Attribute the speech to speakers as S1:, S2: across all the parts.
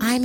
S1: I'm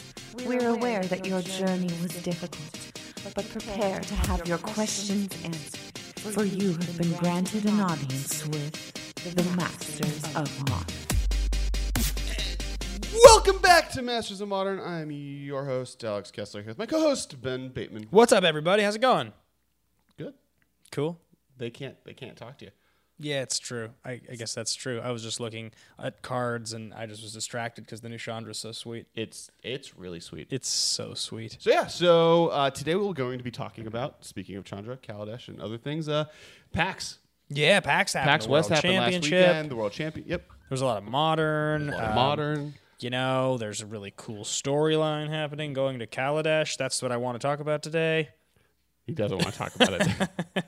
S2: We're aware that your journey was difficult, but prepare to have your questions answered, for you have been granted an audience with the Masters of Modern.
S3: Welcome back to Masters of Modern. I'm your host, Alex Kessler, here with my co host, Ben Bateman.
S4: What's up, everybody? How's it going?
S3: Good.
S4: Cool.
S3: They can't they can't talk to you.
S4: Yeah, it's true. I, I guess that's true. I was just looking at cards and I just was distracted because the new Chandra's so sweet.
S3: It's it's really sweet.
S4: It's so sweet.
S3: so yeah, so uh, today we're going to be talking about, speaking of Chandra, Kaladesh, and other things, uh, PAX.
S4: Yeah, PAX happened.
S3: PAX
S4: the World
S3: West happened last
S4: Championship.
S3: weekend, the world champion yep.
S4: There's a lot of modern.
S3: a lot of
S4: um,
S3: modern.
S4: You know, there's a really cool storyline happening going to Kaladesh. That's what I want to talk about today.
S3: He doesn't want to talk about it.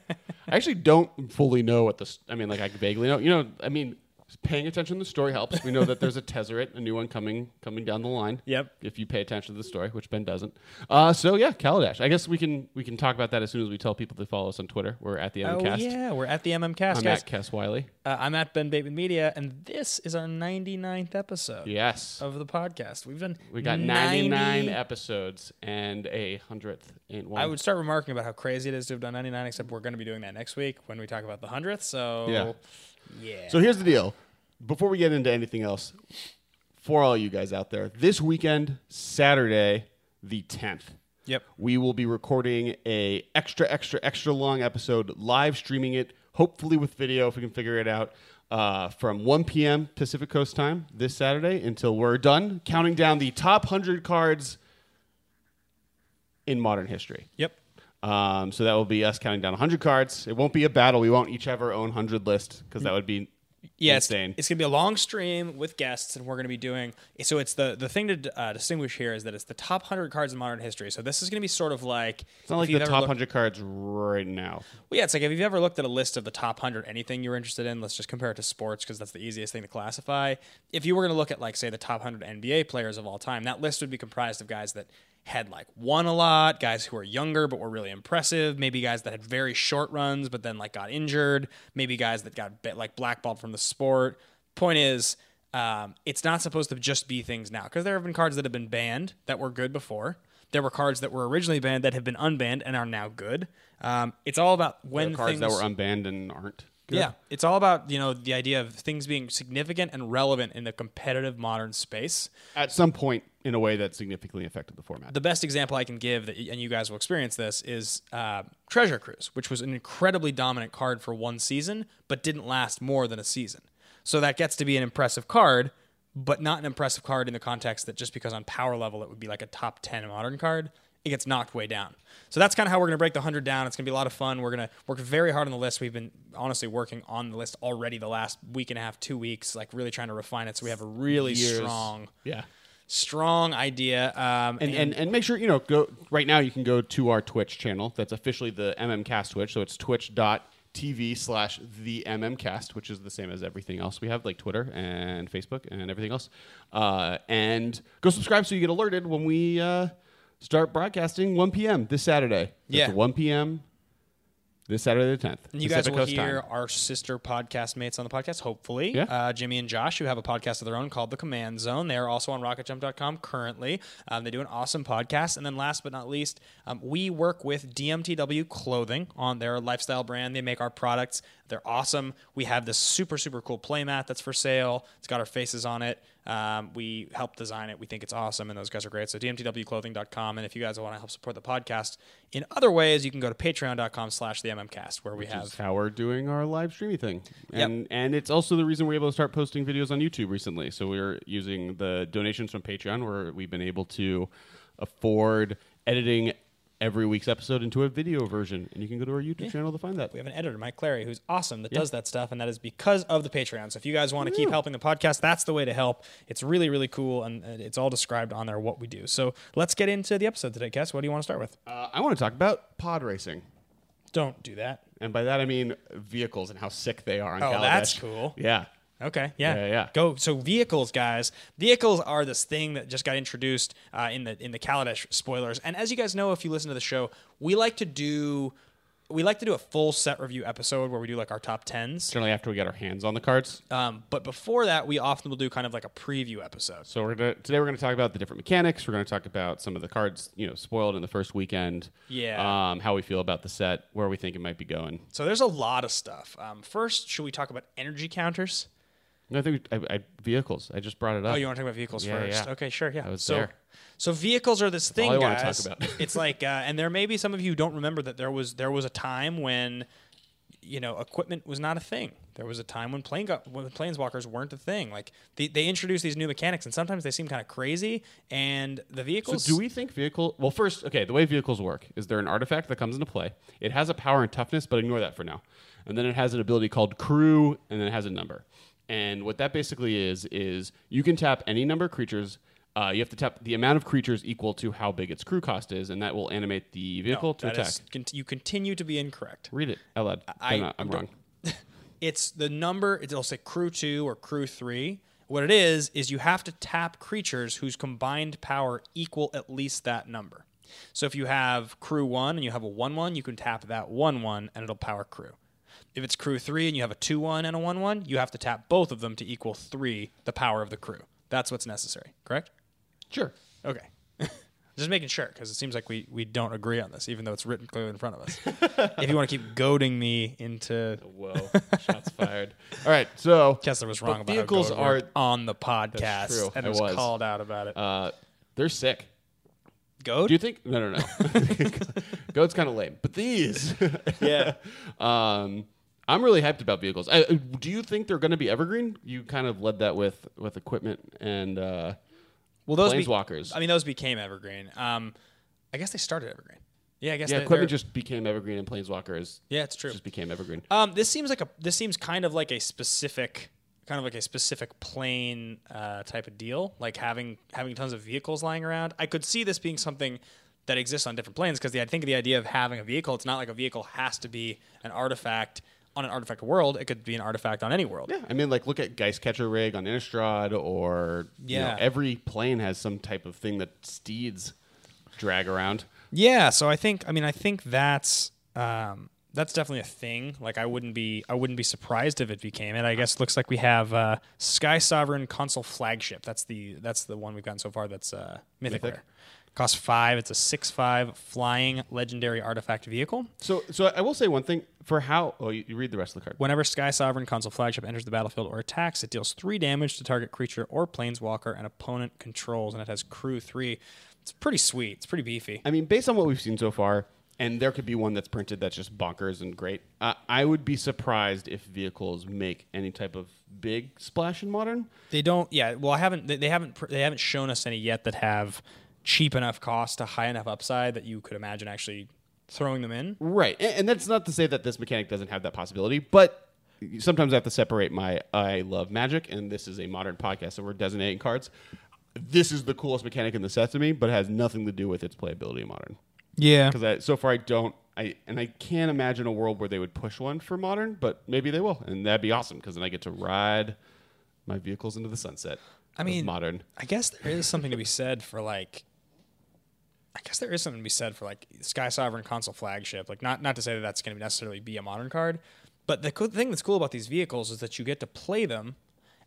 S3: I actually don't fully know what this. I mean, like I vaguely know. You know, I mean, paying attention to the story helps. We know that there's a Tezzeret, a new one coming coming down the line.
S4: Yep.
S3: If you pay attention to the story, which Ben doesn't. Uh, so yeah, Kaladesh. I guess we can we can talk about that as soon as we tell people to follow us on Twitter. We're at the
S4: Oh,
S3: MCast.
S4: yeah. We're at the MM Cast,
S3: I'm
S4: guys.
S3: at Cass Wiley.
S4: Uh, I'm at Ben Bateman Media, and this is our 99th episode
S3: Yes.
S4: of the podcast. We've done
S3: we got 99
S4: 90
S3: episodes and a hundredth in one.
S4: I would start remarking about how crazy it is to have done 99, except we're going to be doing that next week when we talk about the 100th. So,
S3: Yeah.
S4: yeah.
S3: So here's the deal. Before we get into anything else, for all you guys out there, this weekend, Saturday, the 10th,
S4: yep.
S3: we will be recording a extra, extra, extra long episode, live streaming it, hopefully with video if we can figure it out, uh, from 1 p.m. Pacific Coast time this Saturday until we're done, counting down the top 100 cards in modern history.
S4: Yep.
S3: Um, so that will be us counting down 100 cards. It won't be a battle. We won't each have our own 100 list because that would be
S4: Yeah, it's,
S3: insane.
S4: it's going to be a long stream with guests, and we're going to be doing. So it's the the thing to uh, distinguish here is that it's the top hundred cards in modern history. So this is going to be sort of like
S3: It's not like
S4: if you've
S3: the
S4: ever
S3: top
S4: looked-
S3: 100 cards right now.
S4: Well, yeah, it's like if you've ever looked at a list of the top 100 anything you're interested in, let's just compare it to sports because that's the easiest thing to classify. If you were going to look at, like, say, the top 100 NBA players of all time, that list would be comprised of guys that had, like, won a lot, guys who were younger but were really impressive, maybe guys that had very short runs but then, like, got injured, maybe guys that got, bit, like, blackballed from the sport. Point is, um, it's not supposed to just be things now because there have been cards that have been banned that were good before. There were cards that were originally banned that have been unbanned and are now good. Um, it's all about when
S3: There are
S4: things
S3: cards that were unbanned and aren't. good.
S4: yeah, it's all about you know the idea of things being significant and relevant in the competitive modern space.
S3: At some point in a way that significantly affected the format.
S4: The best example I can give, that, and you guys will experience this, is uh, Treasure Cruise, which was an incredibly dominant card for one season, but didn't last more than a season. So that gets to be an impressive card, but not an impressive card in the context that just because on power level it would be like a top 10 modern card, it gets knocked way down. So that's kind of how we're going to break the 100 down. It's going to be a lot of fun. We're going to work very hard on the list. We've been honestly working on the list already the last week and a half, two weeks, like really trying to refine it so we have a really
S3: Years.
S4: strong.
S3: yeah.
S4: Strong idea, um,
S3: And, and and make sure you know go right now. You can go to our Twitch channel. That's officially the MMCast Twitch. So it's twitch.tv slash the MMCast, which is the same as everything else we have, like Twitter and Facebook and everything else. Uh, and go subscribe so you get alerted when we uh, start broadcasting 1 p.m. this Saturday. That's
S4: Yeah.
S3: 1 p.m. this Saturday the 10th.
S4: And you guys will hear our sister podcast mates on the podcast, hopefully.
S3: Yeah.
S4: Uh, Jimmy and Josh, who have a podcast of their own called The Command Zone. They are also on rocketjump.com currently. Um, they do an awesome podcast. And then last but not least, um, we work with DMTW Clothing on their lifestyle brand. They make our products. They're awesome. We have this super, super cool playmat that's for sale. It's got our faces on it. Um, we help design it. We think it's awesome, and those guys are great. So dmtwclothing.com. And if you guys want to help support the podcast in other ways, you can go to patreon.com slash the MMCast, where we have
S3: That's how we're doing our live streamy thing. And and it's also the reason we're able to start posting videos on YouTube recently. So we're using the donations from Patreon where we've been able to afford editing every week's episode into a video version, and you can go to our YouTube channel to find that.
S4: We have an editor, Mike Clary, who's awesome that does that stuff, and that is because of the Patreon. So if you guys want to keep helping the podcast, that's the way to help. It's really, really cool, and uh, it's all described on there what we do. So let's get into the episode today, Cass. What do you want to start with?
S3: Uh, I want to talk about pod racing.
S4: Don't do that.
S3: And by that I mean vehicles and how sick they are on
S4: Oh,
S3: Kaladesh.
S4: that's cool.
S3: Yeah.
S4: Okay. Yeah.
S3: Yeah, yeah.
S4: Go. So vehicles, guys. Vehicles are this thing that just got introduced uh, in the in the Kaladesh spoilers. And as you guys know, if you listen to the show, we like to do we like to do a full set review episode where we do like our top tens.
S3: Certainly after we get our hands on the cards.
S4: Um, but before that, we often will do kind of like a preview episode.
S3: So we're gonna today we're gonna talk about the different mechanics. We're gonna talk about some of the cards, you know, spoiled in the first weekend.
S4: Yeah.
S3: Um, how we feel about the set, where we think it might be going.
S4: So there's a lot of stuff. Um, first, should we talk about energy counters?
S3: No, I think we, I, I, vehicles. I just brought it up.
S4: Oh, you want to talk about vehicles
S3: Yeah,
S4: first?
S3: yeah.
S4: Okay, sure. Yeah.
S3: I was
S4: so,
S3: there.
S4: so vehicles are this thing,
S3: all I wanna talk
S4: guys.
S3: about.
S4: it's like, uh, and there may be some of you who don't remember that there was there was a time when, you know, equipment was not a thing. There was a time when plane go- when planeswalkers weren't a thing. Like they, they introduced these new mechanics, and sometimes they seem kind of crazy. And the
S3: So
S4: vehicles.
S3: do we think vehicle? Well, first, okay, the way vehicles work is they're an artifact that comes into play. It has a power and toughness, but ignore that for now. And then it has an ability called crew, and then it has a number. And what that basically is is you can tap any number of creatures. Uh, you have to tap the amount of creatures equal to how big its crew cost is, and that will animate the vehicle to
S4: that
S3: attack.
S4: is- cont- you continue to be incorrect.
S3: Read it out loud.
S4: I-
S3: I, no, I'm wrong.
S4: it's the number it'll say crew two or crew three what it is is you have to tap creatures whose combined power equal at least that number so if you have crew one and you have a one one you can tap that one one and it'll power crew if it's crew three and you have a two one and a one one you have to tap both of them to equal three the power of the crew that's what's necessary correct
S3: Sure.
S4: okay just making sure because it seems like we, we don't agree on this even though it's written clearly in front of us if you want to keep goading me into
S3: Whoa! Shots fired. All right. So
S4: Kessler was wrong
S3: but
S4: about
S3: vehicles
S4: how good
S3: are.
S4: we're on the podcast
S3: true.
S4: and
S3: I
S4: was,
S3: was.
S4: called out about it.
S3: Uh, they're sick.
S4: Goat?
S3: Do you think? No, no, no. Goat's kind of lame, but these.
S4: yeah.
S3: Um, I'm really hyped about vehicles. I, uh, do you think they're going to be evergreen? You kind of led that with with equipment and uh,
S4: Well, those be-
S3: Planeswalkers.
S4: I mean, those became evergreen. Um, I guess they started evergreen. Yeah, I guess
S3: yeah,
S4: they-
S3: equipment
S4: they're-
S3: just became evergreen, and planeswalkers
S4: Yeah, it's true.
S3: just became evergreen.
S4: Um, this seems like a this seems kind of like a specific kind of like a specific plane uh, type of deal, like having having tons of vehicles lying around. I could see this being something that exists on different planes because I think the idea of having a vehicle, it's not like a vehicle has to be an artifact on an artifact world. It could be an artifact on any world.
S3: yeah, I mean, like look at Geist Catcher Rig on Innistrad, or you know,
S4: Yeah.
S3: every plane has some type of thing that steeds drag around.
S4: Yeah, so I think I mean I think that's um, that's definitely a thing. Like I wouldn't be I wouldn't be surprised if it became it. I guess it looks like we have uh, Sky Sovereign console flagship. That's the that's the one we've gotten so far. That's uh, mythic. rare. Costs five. It's a six five flying legendary artifact vehicle.
S3: So, so I will say one thing for how. Oh, you, you read the rest of the card.
S4: Whenever Sky Sovereign console flagship enters the battlefield or attacks, it deals three damage to target creature or planeswalker an opponent controls, and it has crew three. It's pretty sweet. It's pretty beefy.
S3: I mean, based on what we've seen so far, and there could be one that's printed that's just bonkers and great. Uh, I would be surprised if vehicles make any type of big splash in modern.
S4: They don't. Yeah. Well, I haven't. They, they haven't. pr- They haven't shown us any yet that have cheap enough cost to high enough upside that you could imagine actually throwing them in.
S3: Right, and, and that's not to say that this mechanic doesn't have that possibility, but sometimes I have to separate my I love magic, and this is a modern podcast, so we're designating cards. This is the coolest mechanic in the set to me, but it has nothing to do with its playability in modern.
S4: Yeah.
S3: Because so far I don't. I, and I can't imagine a world where they would push one for modern, but maybe they will, and that'd be awesome. Because then I get to ride my vehicles into the sunset.
S4: I
S3: of
S4: mean,
S3: modern.
S4: I guess there is something to be said for like. I guess there is something to be said for like Sky Sovereign console flagship. Like, not not to say that that's going to necessarily be a modern card, but the cool thing that's cool about these vehicles is that you get to play them,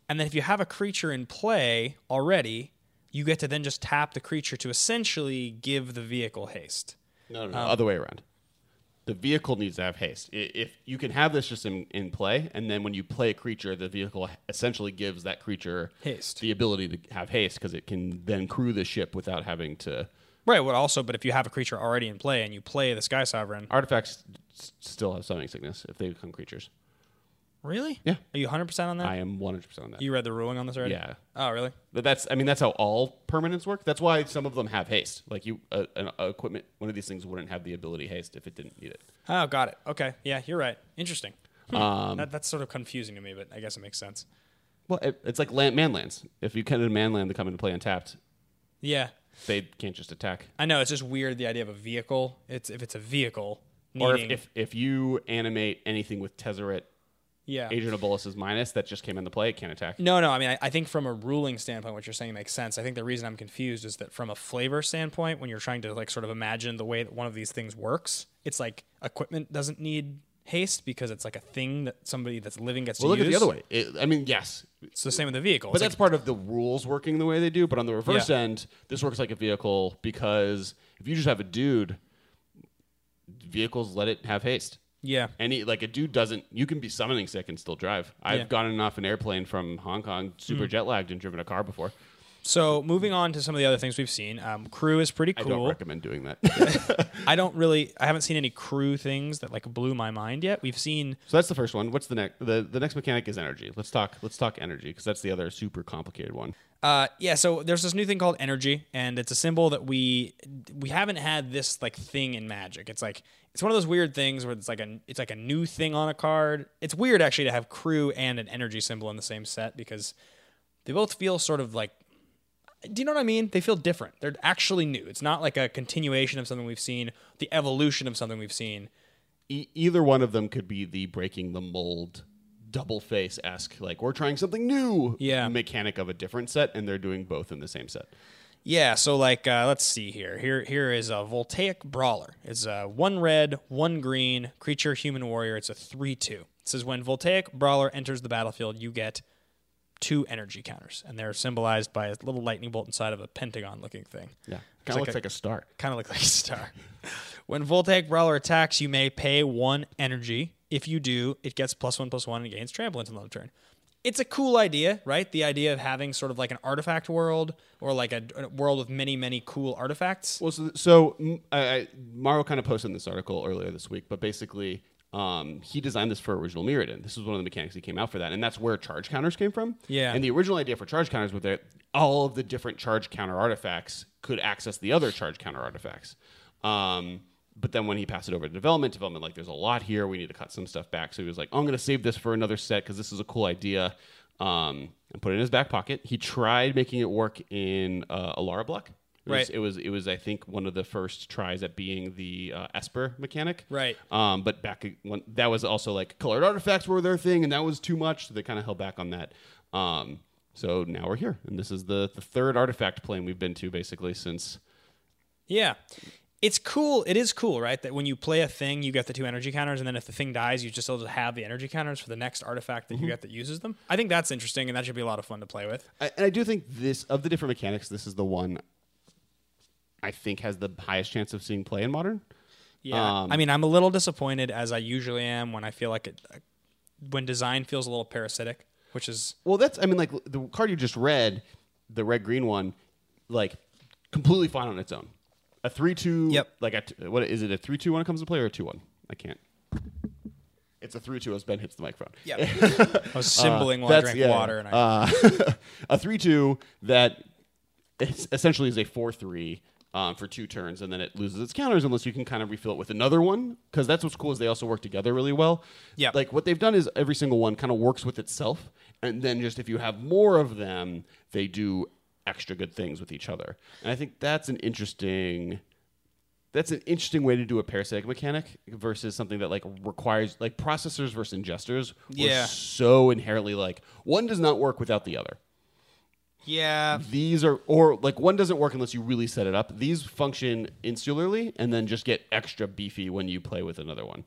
S4: and then if you have a creature in play already, you get to then just tap the creature to essentially give the vehicle haste.
S3: No, no, no.
S4: Um,
S3: other way around. The vehicle needs to have haste. I- If you can have this just in, in play, and then when you play a creature, the vehicle essentially gives that creature
S4: Haste.
S3: the ability to have haste because it can then crew the ship without having to.
S4: Right. Well, also, but if you have a creature already in play and you play the Sky Sovereign,
S3: Artifacts s- still have summoning sickness if they become creatures.
S4: Really?
S3: Yeah.
S4: Are you 100% on that?
S3: I am 100% on that.
S4: you read the ruling on this already?
S3: Yeah.
S4: Oh, really?
S3: But that's I mean that's how all permanents work. That's why some of them have haste. Like you, uh, an a equipment one of these things wouldn't have the ability haste if it didn't need it.
S4: Oh, got it. Okay. Yeah, you're right. Interesting. Hmm.
S3: Um,
S4: that, that's sort of confusing to me, but I guess it makes sense.
S3: Well, it, it's like land, manlands. If you can manland to come into play untapped,
S4: Yeah.
S3: they can't just attack.
S4: I know. It's just weird the idea of a vehicle. It's If it's a vehicle,
S3: Or if,
S4: needing-
S3: if if you animate anything with Tezzeret,
S4: yeah.
S3: Agent of Bolus's minus that just came into play, it can't attack.
S4: No, no. I mean, I, I think from a ruling standpoint, what you're saying makes sense. I think the reason I'm confused is that from a flavor standpoint, when you're trying to like sort of imagine the way that one of these things works, it's like equipment doesn't need haste because it's like a thing that somebody that's living gets
S3: Well,
S4: to
S3: look at
S4: use.
S3: the other way. It, I mean, yes,
S4: It's the same with the vehicle.
S3: but
S4: It's
S3: that's part of the rules working the way they do. But on the reverse
S4: Yeah.
S3: end, this works like a vehicle because if you just have a dude, vehicles let it have haste.
S4: like- yeah.
S3: Any like a dude doesn't. You can be summoning sick and still drive. I've
S4: Yeah. Mm.
S3: gotten off an airplane from Hong Kong, super jet lagged, and driven a car before.
S4: So moving on to some of the other things we've seen, um, crew is pretty
S3: I don't
S4: cool.
S3: recommend doing that.
S4: I don't really, I haven't seen any crew things that like blew my mind yet. We've seen
S3: so that's the first one. What's the next? The the next mechanic is energy. Let's talk. Let's talk energy because that's the other super complicated one.
S4: Uh, yeah, so there's this new thing called energy, and it's a symbol that we we haven't had this like thing in Magic. It's like it's one of those weird things where it's like a it's like a new thing on a card. It's weird actually to have crew and an energy symbol in the same set because they both feel sort of like do you know what I mean? They feel different. They're actually new. It's not like a continuation of something we've seen, the evolution of something we've seen.
S3: E- either one of them could be the breaking the mold, double face esque. Like we're trying something new.
S4: Yeah.
S3: Mechanic of a different set, and they're doing both in the same set.
S4: Yeah, so like uh, let's see here. Here here is a voltaic brawler. It's uh, one red, one green creature, human warrior. It's a three-two. It says when voltaic brawler enters the battlefield, you get two energy counters, and they're symbolized by a little lightning bolt inside of a pentagon-looking thing.
S3: Yeah.
S4: It's
S3: Kind of
S4: like
S3: looks
S4: a-
S3: like a star.
S4: Kind of look like a star. when voltaic brawler attacks, you may pay one energy. If you do, it gets plus one plus one and gains trample until another turn. It's a cool idea, right? The idea of having sort of like an artifact world or like a, a world with many, many cool artifacts.
S3: Well, so, so mm, I, I, Morrow kind of posted this article earlier this week, but basically, um, he designed this for original Mirrodin. This was one of the mechanics that came out for that, and that's where charge counters came from.
S4: Yeah.
S3: And the original idea for charge counters was that all of the different charge counter artifacts could access the other charge counter artifacts. Um, but then when he passed it over to development, development like there's a lot here. We need to cut some stuff back. So he was like, "Oh, I'm going to save this for another set because this is a cool idea. Um, and put it in his back pocket. He tried making it work in uh, Alara block. It was-
S4: Right.
S3: it was it was I think one of the first tries at being the uh, Esper mechanic.
S4: Right.
S3: Um, but back when that was also like colored artifacts were their thing, and that was too much. So they kind of held back on that. Um, so now we're here, and this is the the third artifact plane we've been to basically since.
S4: Yeah. It's cool. It is cool, right? That when you play a thing, you get the two energy counters, and then if the thing dies, you just still have the energy counters for the next artifact that you get that uses them. I think that's interesting, and that should be a lot of fun to play with.
S3: I, and I do think this of the different mechanics, this is the one I think has the highest chance of seeing play in modern.
S4: Yeah.
S3: Um,
S4: I mean, I'm a little disappointed as I usually am when I feel like it, uh, when design feels a little parasitic, which is
S3: Well, that's I mean, like the card you just read, the red green one, like completely fine on its own. A three two.
S4: Yep.
S3: Like a t- what is it? A three two when it comes to play or a two one? I can't. It's a three two as Ben hits the microphone.
S4: yeah. I was symboling while I
S3: that's-
S4: drank
S3: yeah, Uh,
S4: water, and I,
S3: A three two that is essentially is a four three. Um, for two turns, and then it loses its counters unless you can kind of refill it with another one. Because that's what's cool is they also work together really well.
S4: Yep.
S3: Like what they've done is every single one kind of works with itself, and then just if you have more of them, they do extra good things with each other. And I think that's an interesting that's an interesting way to do a parasitic mechanic versus something that like requires like processors versus ingestors were
S4: Yeah.
S3: so inherently like one does not work without the other.
S4: yeah,
S3: These are or like one doesn't work unless you really set it up. These function insularly and then just get extra beefy when you play with another one.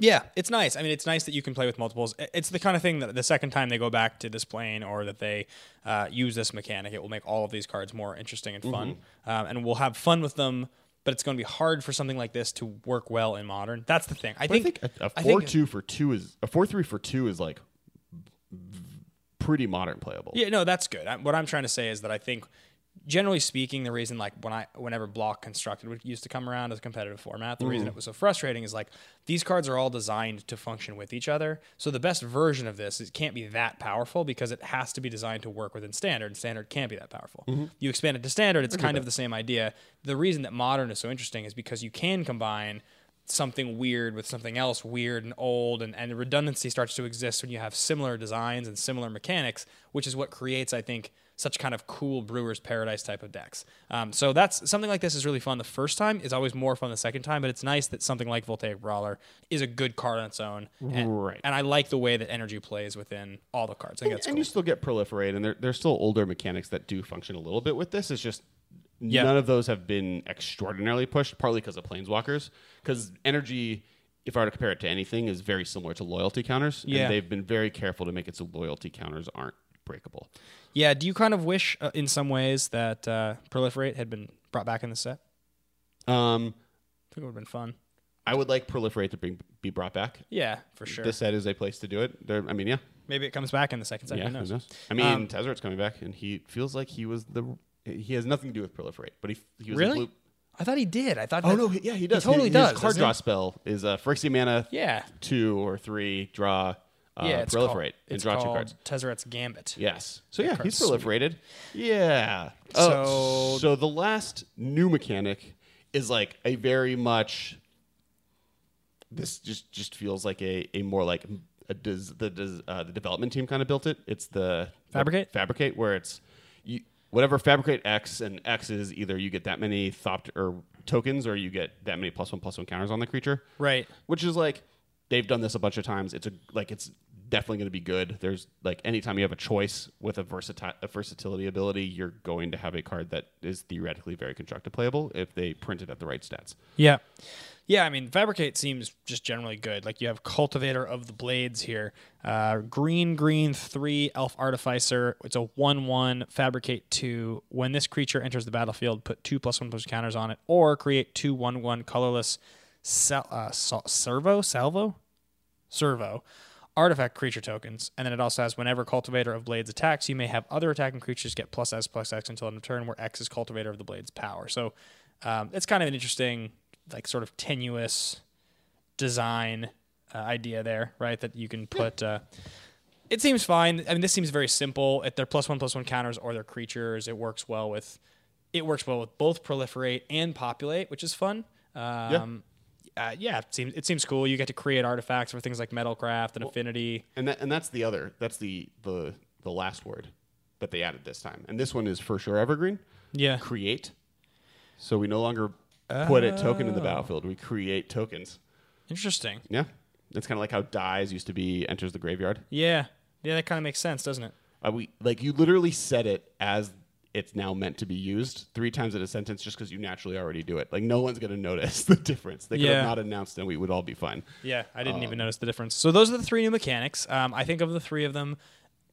S4: yeah, it's nice. I mean, it's nice that you can play with multiples. I- It's the kind of thing that the second time they go back to this plane or that they uh, use this mechanic, it will make all of these cards more interesting and fun,
S3: Mm-hmm.
S4: um, and we'll have fun with them. But it's going to be hard for something like this to work well in modern. That's the thing. I
S3: But I
S4: think,
S3: think a, a
S4: I
S3: four
S4: think-
S3: two for two is a four three for two is like v- pretty modern playable.
S4: Yeah, no, that's good. I, what I'm trying to say is that I think generally speaking, the reason like when I whenever block constructed would used to come around as a competitive format, the reason it was so frustrating is like these cards are all designed to function with each other. So the best version of this is can't be that powerful because it has to be designed to work within standard. and Standard can't be that powerful. You expand it to standard, it's kind of the same idea. The reason that modern is so interesting is because you can combine something weird with something else weird and old and, and redundancy starts to exist when you have similar designs and similar mechanics which is what creates i think such kind of cool brewer's paradise type of decks um, so that's something like this is really fun the first time it's always more fun the second time but it's nice that something like voltaic brawler is a good card on its own and,
S3: Right.
S4: and i like the way that energy plays within all the cards i think
S3: and,
S4: that's
S3: and
S4: cool
S3: you still get proliferate, and there, there's still older mechanics that do function a little bit with this. It's just
S4: Yeah.
S3: none of those have been extraordinarily pushed, partly because of planeswalkers. Because energy, if I were to compare it to anything, is very similar to loyalty counters.
S4: Yeah.
S3: And they've been very careful to make it so loyalty counters aren't breakable.
S4: yeah do you kind of wish uh, in some ways that uh, proliferate had been brought back in the set
S3: Um,
S4: i think it would have been fun
S3: I would like proliferate to bring, be brought back.
S4: yeah for sure
S3: This set is a place to do it. There, I mean, yeah,
S4: Maybe it comes back in the second set.
S3: yeah.
S4: who
S3: who
S4: knows?
S3: knows? I mean,
S4: Um,
S3: Tezzeret's coming back, and he feels like he was the. He has nothing to do with proliferate, but he he was a blue,
S4: Really? I thought he did. I thought.
S3: Oh
S4: that-
S3: no, he- yeah, he does.
S4: He totally
S3: his,
S4: does.
S3: His card
S4: doesn't
S3: draw
S4: he?
S3: spell is uh, Phyrexian mana.
S4: Yeah.
S3: Two or three draw. Uh,
S4: yeah, it's
S3: proliferate
S4: called,
S3: and
S4: it's
S3: draw two
S4: called
S3: cards.
S4: Tezzeret's Gambit.
S3: Yes. So yeah,
S4: card's
S3: he's proliferated. Yeah. Oh,
S4: So-
S3: so the last new mechanic is like a very much. This just just feels like a a more like a does the does uh, the development team kind of built it. It's the
S4: Fabricate?
S3: fabricate where it's you whatever fabricate X and X is either you get that many thopt or tokens or you get that many plus one plus one counters on the creature
S4: Right.
S3: which is like they've done this a bunch of times. It's a like it's definitely going to be good. There's like anytime you have a choice with a, versati- a versatility ability, you're going to have a card that is theoretically very constructive playable if they print it at the right stats.
S4: Yeah. Yeah, I mean, Fabricate seems just generally good. Like, you have Cultivator of the Blades here. Uh, green, green, three, Elf Artificer. It's a 1 1, Fabricate 2. When this creature enters the battlefield, put two plus one plus counters on it, or create two one one colorless sal- uh, sal- servo? Salvo? servo artifact creature tokens and then it also has whenever cultivator of blades attacks you may have other attacking creatures get plus s plus x until end of turn where x is cultivator of the blades power so um, it's kind of an interesting like sort of tenuous design uh, idea there right that you can put uh, it seems fine i mean this seems very simple if they're plus one plus one counters or they're creatures it works well with it works well with both proliferate and populate which is fun um, uh, yeah, it seems it seems cool. You get to create artifacts for things like metalcraft and affinity.
S3: And that and that's the other. That's the the the last word that they added this time. And this one is for sure evergreen.
S4: Yeah.
S3: Create. So we no longer put a token in the battlefield. We create tokens.
S4: Interesting.
S3: Yeah. It's kind of like how dies used to be enters the graveyard.
S4: Yeah, yeah, that kind of makes sense, doesn't it?
S3: Uh, we like you literally said it as it's now meant to be used three times in a sentence just because you naturally already do it. Like no one's gonna notice the difference. They could
S4: Yeah.
S3: have not announced and we would all be fine.
S4: Yeah, I didn't even notice the difference. So those are the three new mechanics. Um, I think of the three of them,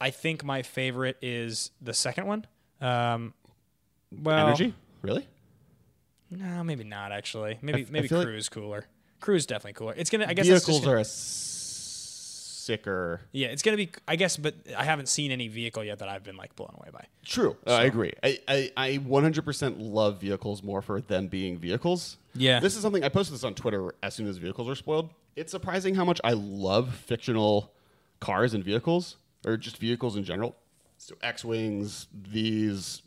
S4: I think my favorite is the second one. Um, well,
S3: Energy? Really?
S4: No, maybe not actually. Maybe
S3: I
S4: maybe
S3: feel like-
S4: Crew's cooler. Crew's definitely cooler. It's gonna. I guess that's just
S3: Vehicles
S4: gonna-
S3: are a s- sicker.
S4: Yeah, it's gonna be. I guess, but I haven't seen any vehicle yet that I've been like blown away by.
S3: True. Oh, I agree. I, I, I 100% love vehicles more for them being vehicles.
S4: Yeah.
S3: This is something I posted this on Twitter as soon as vehicles were spoiled. It's surprising how much I love fictional cars and vehicles, or just vehicles in general. So X Wings, these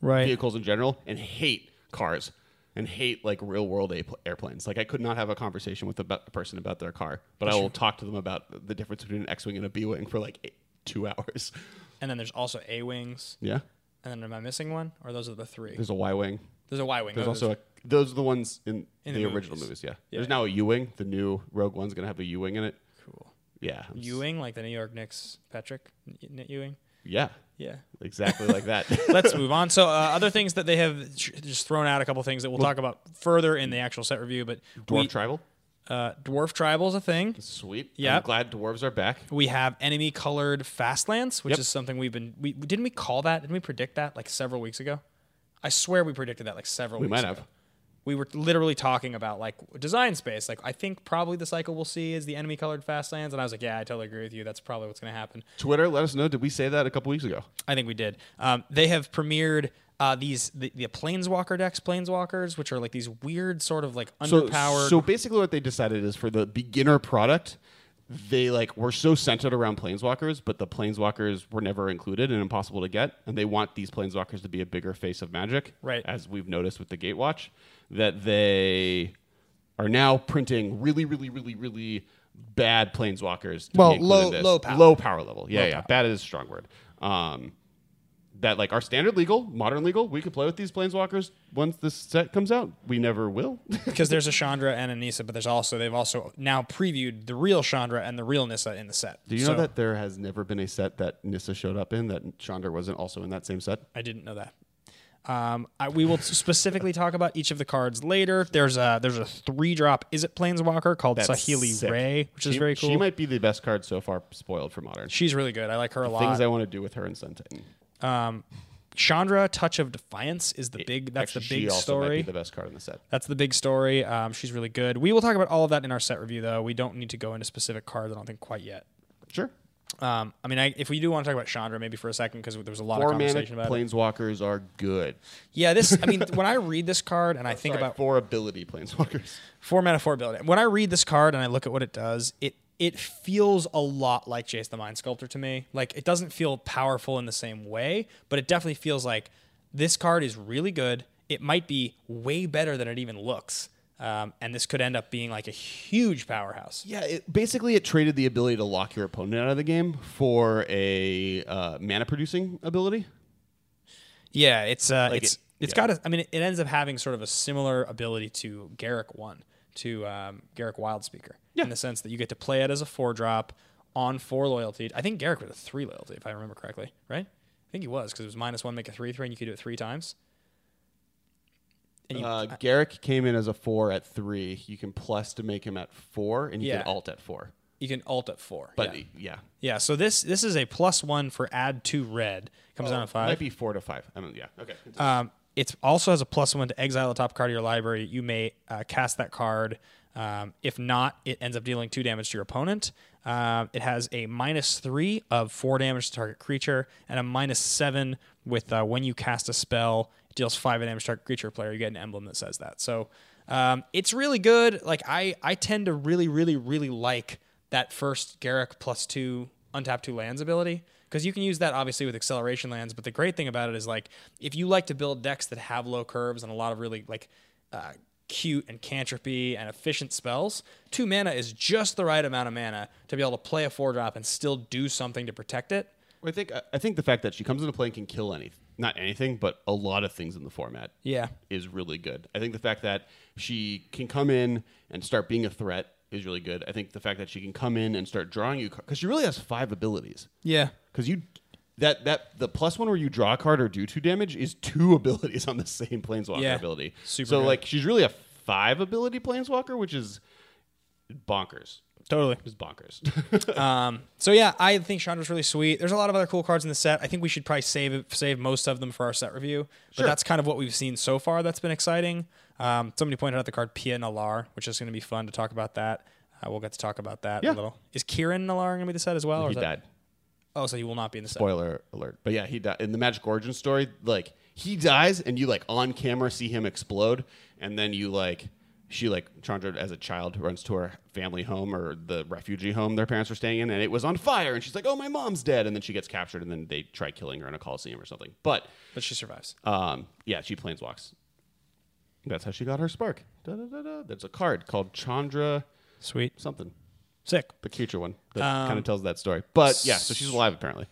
S4: Right.
S3: vehicles in general, and hate cars and hate like real world apl- airplanes. Like I could not have a conversation with a, bu- a person about their car, but I will talk to them about the difference between an X Wing and a B Wing for like eight, two hours.
S4: And then there's also A wings.
S3: Yeah.
S4: And then am I missing one? Or those are the three?
S3: There's a Y Wing.
S4: Oh, There's a Y wing.
S3: There's also a, those are the ones in,
S4: In
S3: the,
S4: the
S3: original
S4: movies.
S3: movies. Yeah. There's now a U wing. The new Rogue One's gonna have a U wing in it.
S4: cool
S3: Yeah.
S4: Ewing, like the New York Knicks, Patrick N- N- Ewing.
S3: Yeah.
S4: Yeah.
S3: Exactly like that.
S4: Let's move on. So uh, other things that they have j- just thrown out a couple things that we'll talk about further in the actual set review, but
S3: Dwarf
S4: we-
S3: tribal.
S4: uh, dwarf tribal is a thing.
S3: Sweet.
S4: Yeah.
S3: I'm glad dwarves are back.
S4: We have enemy colored fast lance, which
S3: Yep.
S4: is something we've been we didn't we call that? Didn't we predict that like several weeks ago? I swear we predicted that like several
S3: We
S4: weeks
S3: might
S4: ago.
S3: have.
S4: we were literally talking about like design space. Like I think probably the cycle we'll see is the enemy colored fastlands, and I was like, yeah, I totally agree with you. That's probably what's going to happen.
S3: Twitter, let us know. Did we say that a couple weeks ago?
S4: I think we did. Um, they have premiered uh, these the, the planeswalker decks, planeswalkers, which are like these weird sort of like
S3: So,
S4: underpowered.
S3: so basically, what they decided is for the beginner product, they like were so centered around planeswalkers, but the planeswalkers were never included and impossible to get. And they want these planeswalkers to be a bigger face of magic,
S4: Right.
S3: As we've noticed with the Gatewatch, that they are now printing really, really, really, really bad planeswalkers. To
S4: Well,
S3: be included
S4: low-
S3: in this.
S4: low power.
S3: low power level. Yeah, yeah, bad is a strong word. Um, that like our standard legal, modern legal, we could play with these planeswalkers once this set comes out. We never will.
S4: because there's a Chandra and an Nissa, but there's also they've also now previewed the real Chandra and the real Nissa in the set.
S3: Do you
S4: So-
S3: know that there has never been a set that Nissa showed up in that Chandra wasn't also in that same set?
S4: I didn't know that. Um, I, we will specifically talk about each of the cards later. There's a there's a three drop. Is it Planeswalker called Sahili
S3: sick.
S4: Ray, which is
S3: She-
S4: very cool.
S3: She might be the best card so far spoiled for modern.
S4: She's really good. I like her a lot.
S3: Things I want to do with her in Sun Titan.
S4: Chandra, Touch of Defiance is the big. That's
S3: Actually,
S4: the
S3: she
S4: big
S3: also might be
S4: story.
S3: the best card in the set.
S4: That's the big story. Um, she's really good. We will talk about all of that in our set review, though. We don't need to go into specific cards. I don't think quite yet.
S3: Sure.
S4: Um, I mean, I, if we do want to talk about Chandra, maybe for a second, because there was a lot
S3: Four
S4: of
S3: manic
S4: conversation about it.
S3: planeswalkers are good.
S4: Yeah, this. I mean, when I read this card and I think
S3: Sorry,
S4: about
S3: four ability planeswalkers.
S4: four mana four ability. When I read this card and I look at what it does, it it feels a lot like Jace the Mind Sculptor to me. Like it doesn't feel powerful in the same way, but it definitely feels like this card is really good. It might be way better than it even looks, um, and this could end up being like a huge powerhouse.
S3: Yeah, it, basically, it traded the ability to lock your opponent out of the game for a uh, mana producing ability.
S4: Yeah, it's uh,
S3: Like
S4: it's
S3: it-
S4: it, has
S3: yeah.
S4: got. A, I mean, it ends up having sort of a similar ability to Garrick One, to um, Garrick Wildspeaker, in the sense that you get to play it as a four drop on four loyalty. I think Garrick was a three loyalty, if I remember correctly, right? I think he was because it was minus one, make a three three, and you could do it three times. And you,
S3: Uh, Garrick came in as a four at three. You can plus to make him at four, and you
S4: Yeah.
S3: can alt at four.
S4: you can alt at four,
S3: But
S4: yeah.
S3: yeah,
S4: Yeah, So this this is a plus one for add two red. Comes
S3: Oh,
S4: down at five.
S3: might be four to five. I mean, yeah, okay.
S4: Um, it also has a plus one to exile the top card of your library. You may uh, cast that card. Um, if not, it ends up dealing two damage to your opponent. Um, it has a minus three of four damage to target creature, and a minus seven with uh, when you cast a spell, it deals five damage to target creature or player. You get an emblem that says that. So um, it's really good. Like I, I tend to really, really, really like that first Garrick plus two untap two lands ability because you can use that obviously with acceleration lands. But the great thing about it is like if you like to build decks that have low curves and a lot of really like uh, cute and cantripy and efficient spells, two mana is just the right amount of mana to be able to play a four drop and still do something to protect it.
S3: Well, I think I think the fact that she comes into play and can kill anything, not anything, but a lot of things in the format,
S4: Yeah.
S3: is really good. I think the fact that she can come in and start being a threat is really good. I think the fact that she can come in and start drawing you because she really has five abilities.
S4: Yeah.
S3: because you that that the plus one where you draw a card or do two damage is two abilities on the same planeswalker
S4: Yeah.
S3: ability.
S4: Super
S3: so
S4: good.
S3: like she's really a five ability planeswalker, which is bonkers.
S4: Totally.
S3: Just bonkers.
S4: So yeah, I think Chandra's really sweet. There's a lot of other cool cards in the set. I think we should probably save save most of them for our set review. But that's kind of what we've seen so far. That's been exciting. Um, somebody pointed out the card Pia Nalar, which is going to be fun to talk about. That uh, we'll get to talk about that
S3: Yeah.
S4: a little. Is Kieran Nalar going to be the set as well? or is
S3: he
S4: that-
S3: died.
S4: Oh, so he will not be in the set.
S3: Spoiler alert. But yeah, he died in the Magic Origin story. Like he dies, and you like on camera see him explode, and then you like she like Chandra as a child runs to her family home or the refugee home their parents were staying in, and it was on fire, and she's like, "Oh, my mom's dead," and then she gets captured, and then they try killing her in a coliseum or something. But
S4: But she survives.
S3: Um, yeah, she planeswalks. That's how she got her spark. Da, da, da, da. There's a card called Chandra
S4: Sweet.
S3: something,
S4: Sick.
S3: the future one that kind of tells that story. But yeah, so she's alive apparently.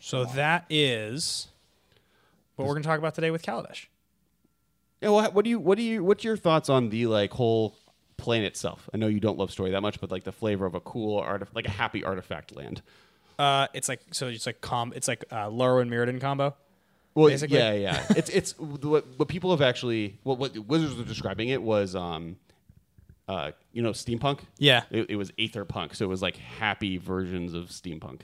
S4: So that is what we're going to talk about today with Kaladesh.
S3: Yeah. Well, what do you? What do you? What's your thoughts on the like whole plane itself? I know you don't love story that much, but like the flavor of a cool art, like a happy artifact land.
S4: Uh, it's like so. It's like com. It's like uh, Laro and Mirrodin combo.
S3: Well,
S4: basically.
S3: yeah, yeah. it's it's what, what people have actually what what Wizards was describing it was um uh you know steampunk.
S4: Yeah.
S3: It, it was aether punk, so it was like happy versions of steampunk.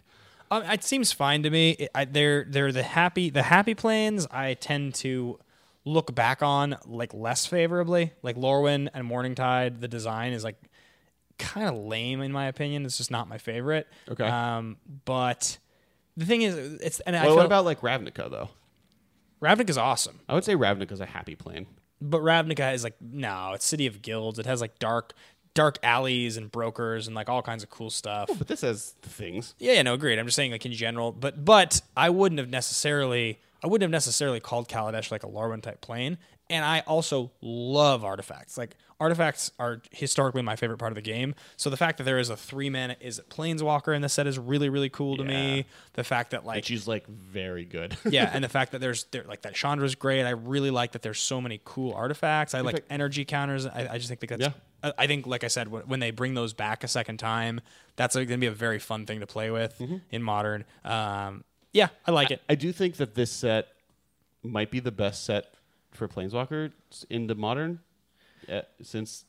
S4: Um, it seems fine to me. It, I, they're they're the happy the happy planes. I tend to look back on like less favorably. Like Lorwyn and Morningtide, the design is like kind of lame in my opinion. It's just not my favorite.
S3: Okay.
S4: Um, but the thing is, it's and I
S3: Well,
S4: feel
S3: what about like Ravnica though?
S4: Ravnica is awesome,
S3: I would say Ravnica's a happy plane.
S4: but Ravnica is like no, it's City of Guilds. It has like dark, dark alleys and brokers and like all kinds of cool stuff.
S3: But this has things.
S4: Yeah, yeah, no, agreed. I'm just saying like in general, but but I wouldn't have necessarily I wouldn't have necessarily called Kaladesh like a Larwin type plane. And I also love artifacts. Like artifacts are historically my favorite part of the game. So the fact that there is a three man is it planeswalker in the set is really, really cool to
S3: Yeah.
S4: me. The fact that like
S3: And she's like very good.
S4: yeah, and the fact that there's there, like that Chandra's great. I really like that there's so many cool artifacts. I like
S3: fact-
S4: energy counters. I, I just think that that's. I, I think, like I said, when, when they bring those back a second time, that's going to be a very fun thing to play with in modern. Um, yeah, I like it.
S3: Mm-hmm. I do think that this set might be the best set for Planeswalker in the modern uh, since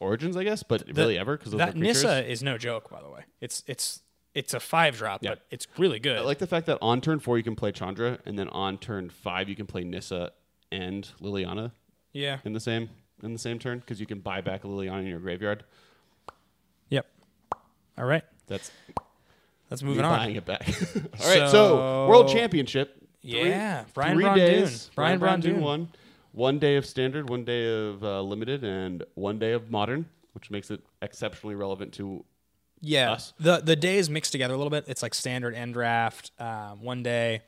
S3: Origins, I guess, but really ever because of
S4: that
S3: the creatures.
S4: Nissa is no joke, by the way. It's it's it's a five drop, but it's really good.
S3: I like the fact that on turn four you can play Chandra, and then on turn five you can play Nissa and Liliana
S4: yeah.
S3: in the same in the same turn because you can buy back Liliana in your graveyard.
S4: Yep. All right,
S3: That's
S4: let's moving
S3: you're
S4: on.
S3: buying it back. All right, so,
S4: So-
S3: World Championship.
S4: Yeah, Brian
S3: three
S4: Brondoon.
S3: days.
S4: Brian Brondoon.
S3: won. One day of standard, one day of uh, limited, and one day of modern, which makes it exceptionally relevant to.
S4: Yeah,
S3: us.
S4: the the days mixed together a little bit. It's like standard end draft. Um, one day,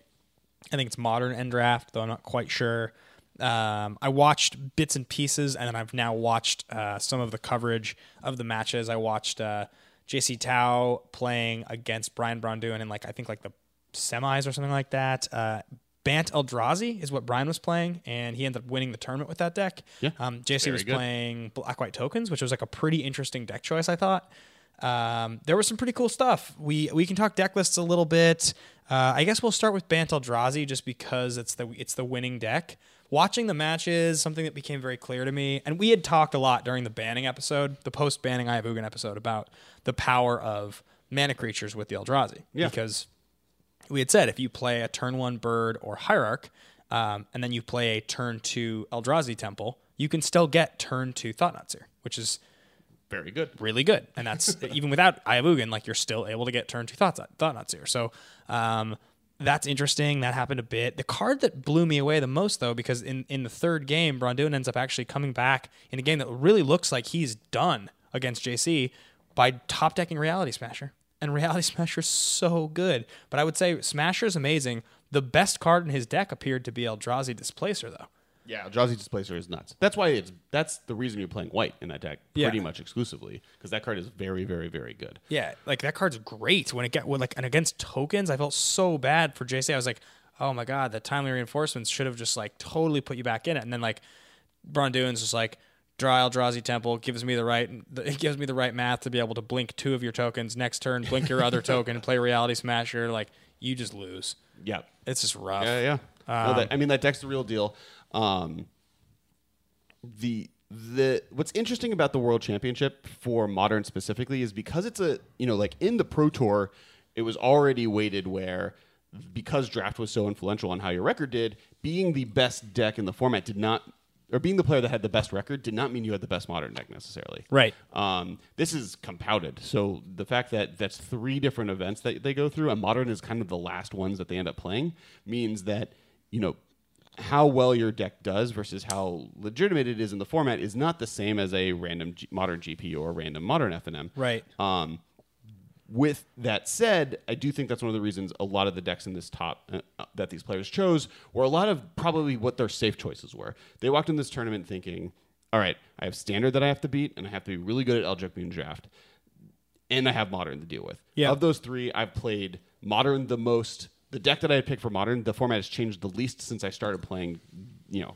S4: I think it's modern end draft, though I'm not quite sure. Um, I watched bits and pieces, and then I've now watched uh, some of the coverage of the matches. I watched uh, JC Tao playing against Brian Brondoon in like I think like the semis or something like that. Uh, Bant Eldrazi is what Brian was playing, and he ended up winning the tournament with that deck.
S3: Yeah,
S4: um, JC was
S3: good.
S4: playing Black White Tokens, which was like a pretty interesting deck choice, I thought. Um, there was some pretty cool stuff. We we can talk deck lists a little bit. Uh, I guess we'll start with Bant Eldrazi just because it's the it's the winning deck. Watching the matches, something that became very clear to me, and we had talked a lot during the banning episode, the post banning Ayavugan episode about the power of mana creatures with the Eldrazi.
S3: Yeah.
S4: Because we had said if you play a turn one bird or hierarch, um, and then you play a turn two Eldrazi temple, you can still get turn two Thought Knots here, which is
S3: Very good.
S4: really good. And that's even without Ayavugan, like you're still able to get turn two thoughts thought knots here. So um, that's interesting. That happened a bit. The card that blew me away the most though, because in, in the third game, Brondoon ends up actually coming back in a game that really looks like he's done against JC by top decking Reality Smasher. And Reality Smasher's so good. But I would say Smasher's amazing. The best card in his deck appeared to be Eldrazi Displacer, though.
S3: Yeah, Eldrazi Displacer is nuts. That's why it's that's the reason you're playing white in that deck
S4: Yeah.
S3: pretty much exclusively because that card is very, very, very good.
S4: Yeah, like that card's great. When it get when like and against tokens, I felt so bad for JC. I was like, oh my god, the timely reinforcements should have just like totally put you back in it. And then like Bronduin's just like draw Eldrazi Temple gives me the right it gives me the right math to be able to blink two of your tokens next turn, blink your other token, play Reality Smasher. Like you just lose.
S3: Yeah,
S4: It's just rough.
S3: Yeah, yeah. No, that- I mean, that deck's the real deal. Um, the the what's interesting about the World Championship for modern specifically is because it's a you know like in the Pro Tour, it was already weighted where because draft was so influential on how your record did, being the best deck in the format did not. Or being the player that had the best record did not mean you had the best modern deck necessarily.
S4: Right.
S3: Um, this is compounded. So the fact that that's three different events that they go through, and modern is kind of the last ones that they end up playing, means that you know how well your deck does versus how legitimate it is in the format is not the same as a random G- modern GP or a random modern FNM.
S4: Right.
S3: Um, with that said, I do think that's one of the reasons a lot of the decks in this top uh, uh, that these players chose were a lot of probably what their safe choices were. They walked in this tournament thinking, all right, I have standard that I have to beat, and I have to be really good at Eldritch Moon Draft, and I have modern to deal with.
S4: Yeah.
S3: Of those three, I've played modern the most. The deck that I had picked for modern, the format has changed the least since I started playing, you know,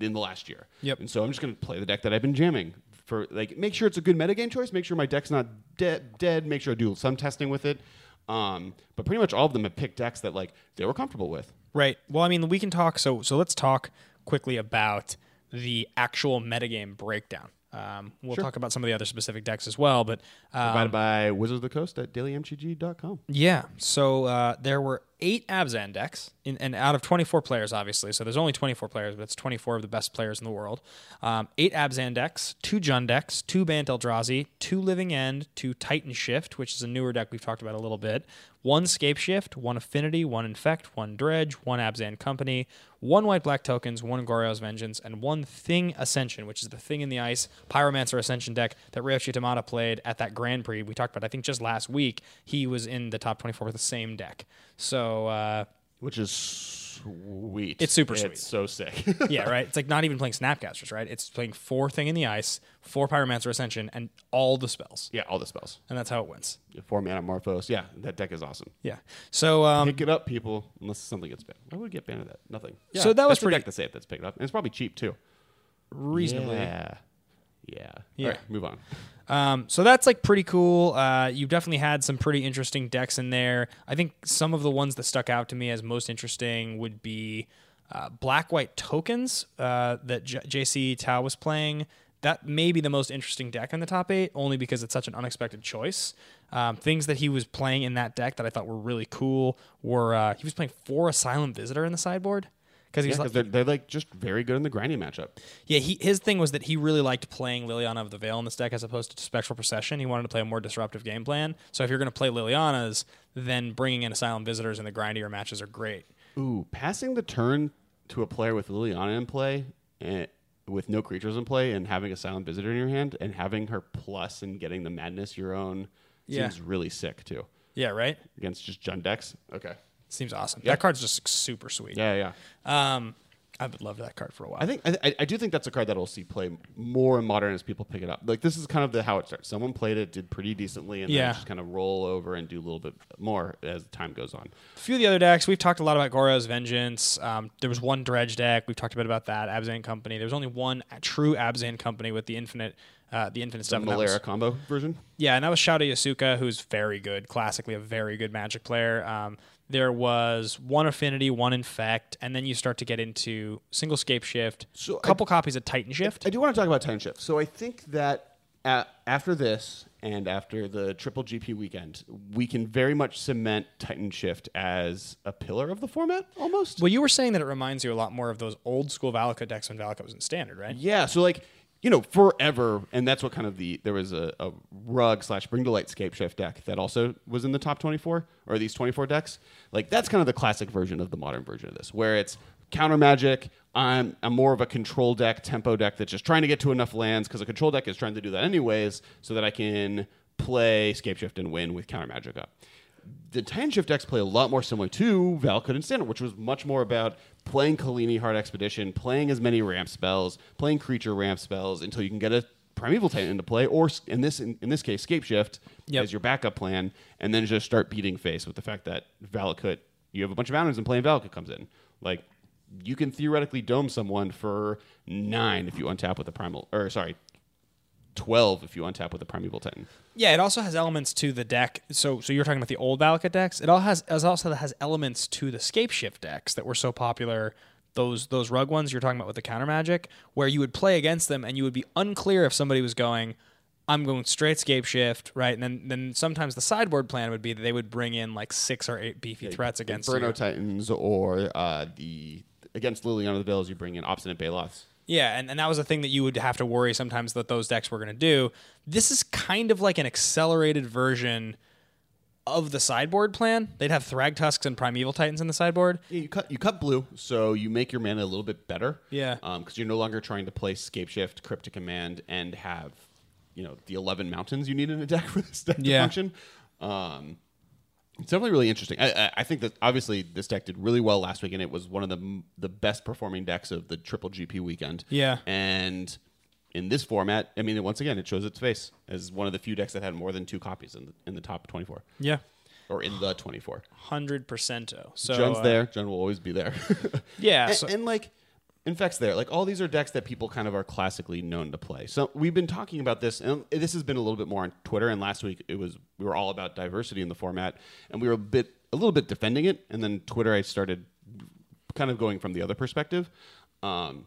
S3: in the last year.
S4: Yep.
S3: And so I'm just going to play the deck that I've been jamming for like make sure it's a good metagame choice, make sure my deck's not de- dead, make sure I do some testing with it. Um, but pretty much all of them have picked decks that like they were comfortable with.
S4: Right. Well, I mean, we can talk. So, so let's talk quickly about the actual metagame breakdown Um, we'll talk about some of the other specific decks as well, but um,
S3: Provided by Wizards of the Coast at dailymtg.com.
S4: yeah, so uh, there were eight Abzan decks, in, and out of 24 players, obviously, so there's only 24 players, but it's 24 of the best players in the world. Um, eight Abzan decks, two Jun decks, two Bant Eldrazi, two Living End, two Titan Shift, which is a newer deck we've talked about a little bit, one Scape Shift, one Affinity, one Infect, one Dredge, one Abzan Company, one White Black Tokens, one Goryo's Vengeance, and one Thing Ascension, which is the Thing in the Ice Pyromancer Ascension deck that Ryoshi Tamada played at that Grand Prix we talked about, I think just last week. He was in the top 24 with the same deck. So, uh,
S3: Which is sweet.
S4: It's super sweet.
S3: It's so sick.
S4: yeah, right? It's like not even playing Snapcasters, right? It's playing four Thing in the Ice, four Pyromancer Ascension, and all the spells.
S3: yeah, all the spells.
S4: And that's how it wins.
S3: Four mana Morphos. Yeah, that deck is awesome.
S4: Yeah. So, um,
S3: Pick it up, people, unless something gets banned. Why would we get banned at that? Nothing. Yeah,
S4: So that was
S3: that's
S4: pretty-
S3: the deck to save that's picked up. And it's probably cheap, too.
S4: reasonably.
S3: Yeah. Yeah.
S4: Yeah.
S3: All right, move on.
S4: Um, so that's like pretty cool. Uh, you definitely had some pretty interesting decks in there. I think some of the ones that stuck out to me as most interesting would be uh, black white tokens uh, that J- JC Tao was playing. That may be the most interesting deck in the top eight, only because it's such an unexpected choice. Um, things that he was playing in that deck that I thought were really cool were uh, he was playing four Asylum Visitor in the sideboard because
S3: Yeah,
S4: he's
S3: 'cause
S4: like,
S3: they're, they're like just very good in the grinding matchup.
S4: yeah, he, his thing was that he really liked playing Liliana of the Veil in this deck as opposed to Spectral Procession. He wanted to play a more disruptive game plan. So if you're going to play Liliana's, then bringing in Asylum Visitors and the grindier matches are great.
S3: Ooh, passing the turn to a player with Liliana in play and with no creatures in play and having a silent visitor in your hand and having her plus and getting the madness your own
S4: Yeah.
S3: seems really sick too.
S4: Yeah, right?
S3: Against just Jun decks. Okay.
S4: Seems awesome. That card's just super sweet.
S3: Yeah, yeah.
S4: Um, I've been loved that card for a while.
S3: I think I, I- I do think that's a card that we'll see play more in modern as people pick it up. Like this is kind of the how it starts. Someone played it, did pretty decently, and
S4: Yeah.
S3: then just kind of roll over and do a little bit more as time goes on.
S4: a few of the other decks, we've talked a lot about Goro's Vengeance. Um, there was one Dredge deck. We've talked a bit about that. Abzan Company. There was only one true Abzan Company with the infinite, uh, the infinite stuff. and that was-
S3: Malera combo version.
S4: Yeah, and that was Shouta Yasuka, who's very good, classically a very good Magic player. Um, there was one Affinity, one Infect, and then you start to get into single Scape Shift,
S3: So I-
S4: couple copies of Titan Shift.
S3: I do want to talk about time shift. So I think that a after this and after the triple GP weekend, we can very much cement Titan Shift as a pillar of the format almost.
S4: well, you were saying that it reminds you a lot more of those old school Valaka decks when Valaka was in Standard, right?
S3: Yeah, so like you know forever, and that's what kind of the there was a, a rug slash bring to light scape shift deck that also was in the top twenty four or these twenty four decks. Like that's kind of the classic version of the modern version of this, where it's counter magic. I'm, I'm more of a control deck, tempo deck that's just trying to get to enough lands because a control deck is trying to do that anyways, so that I can play scape shift and win with counter magic up the Titan Shift decks play a lot more similar to Valakut and Standard, which was much more about playing Kalini Hard Expedition, playing as many ramp spells, playing creature ramp spells until you can get a Primeval Titan into play, or s- in this in, in this case, Scape Shift
S4: Yep.
S3: as your backup plan, and then just start beating face with the fact that Valakut, you have a bunch of mountains and playing Valakut comes in. Like, you can theoretically dome someone for nine if you untap with a Primal, or sorry, 12 if you untap with a Primeval Titan.
S4: Yeah, it also has elements to the deck. So, so you're talking about the old Valaka decks. It all has it also has elements to the Scape Shift decks that were so popular. Those those rug ones you're talking about with the counter magic, where you would play against them and you would be unclear if somebody was going, I'm going straight Scape Shift, right? And then then sometimes the sideboard plan would be that they would bring in like six or eight beefy threats against
S3: Inferno
S4: you.
S3: Titans or uh, the against Liliana the Veils, you bring in Obstinate Baloths.
S4: Yeah, and, and that was a thing that you would have to worry sometimes that those decks were going to do. This is kind of like an accelerated version of the sideboard plan. They'd have Thrag Tusks and Primeval Titans in the sideboard.
S3: Yeah, you cut you cut blue, so you make your mana a little bit better.
S4: Yeah.
S3: because you're no longer trying to play Scape Shift, Cryptic Command, and have you know the eleven mountains you need in a deck for this deck
S4: Yeah.
S3: to function. Um, it's definitely really interesting. I, I, I think that obviously this deck did really well last week, and it was one of the the best performing decks of the Triple GP weekend.
S4: Yeah.
S3: and in this format, I mean, once again, it shows its face as one of the few decks that had more than two copies in the, in the top twenty four
S4: Yeah.
S3: or in the twenty four.
S4: 100%. So,
S3: Jun's
S4: uh,
S3: there. Jun will always be there.
S4: Yeah,
S3: and,
S4: so-
S3: and like infects there. Like all these are decks that people kind of are classically known to play. So we've been talking about this, and this has been a little bit more on Twitter. And last week it was we were all about diversity in the format, and we were a bit a little bit defending it. And then Twitter, I started kind of going from the other perspective. Um,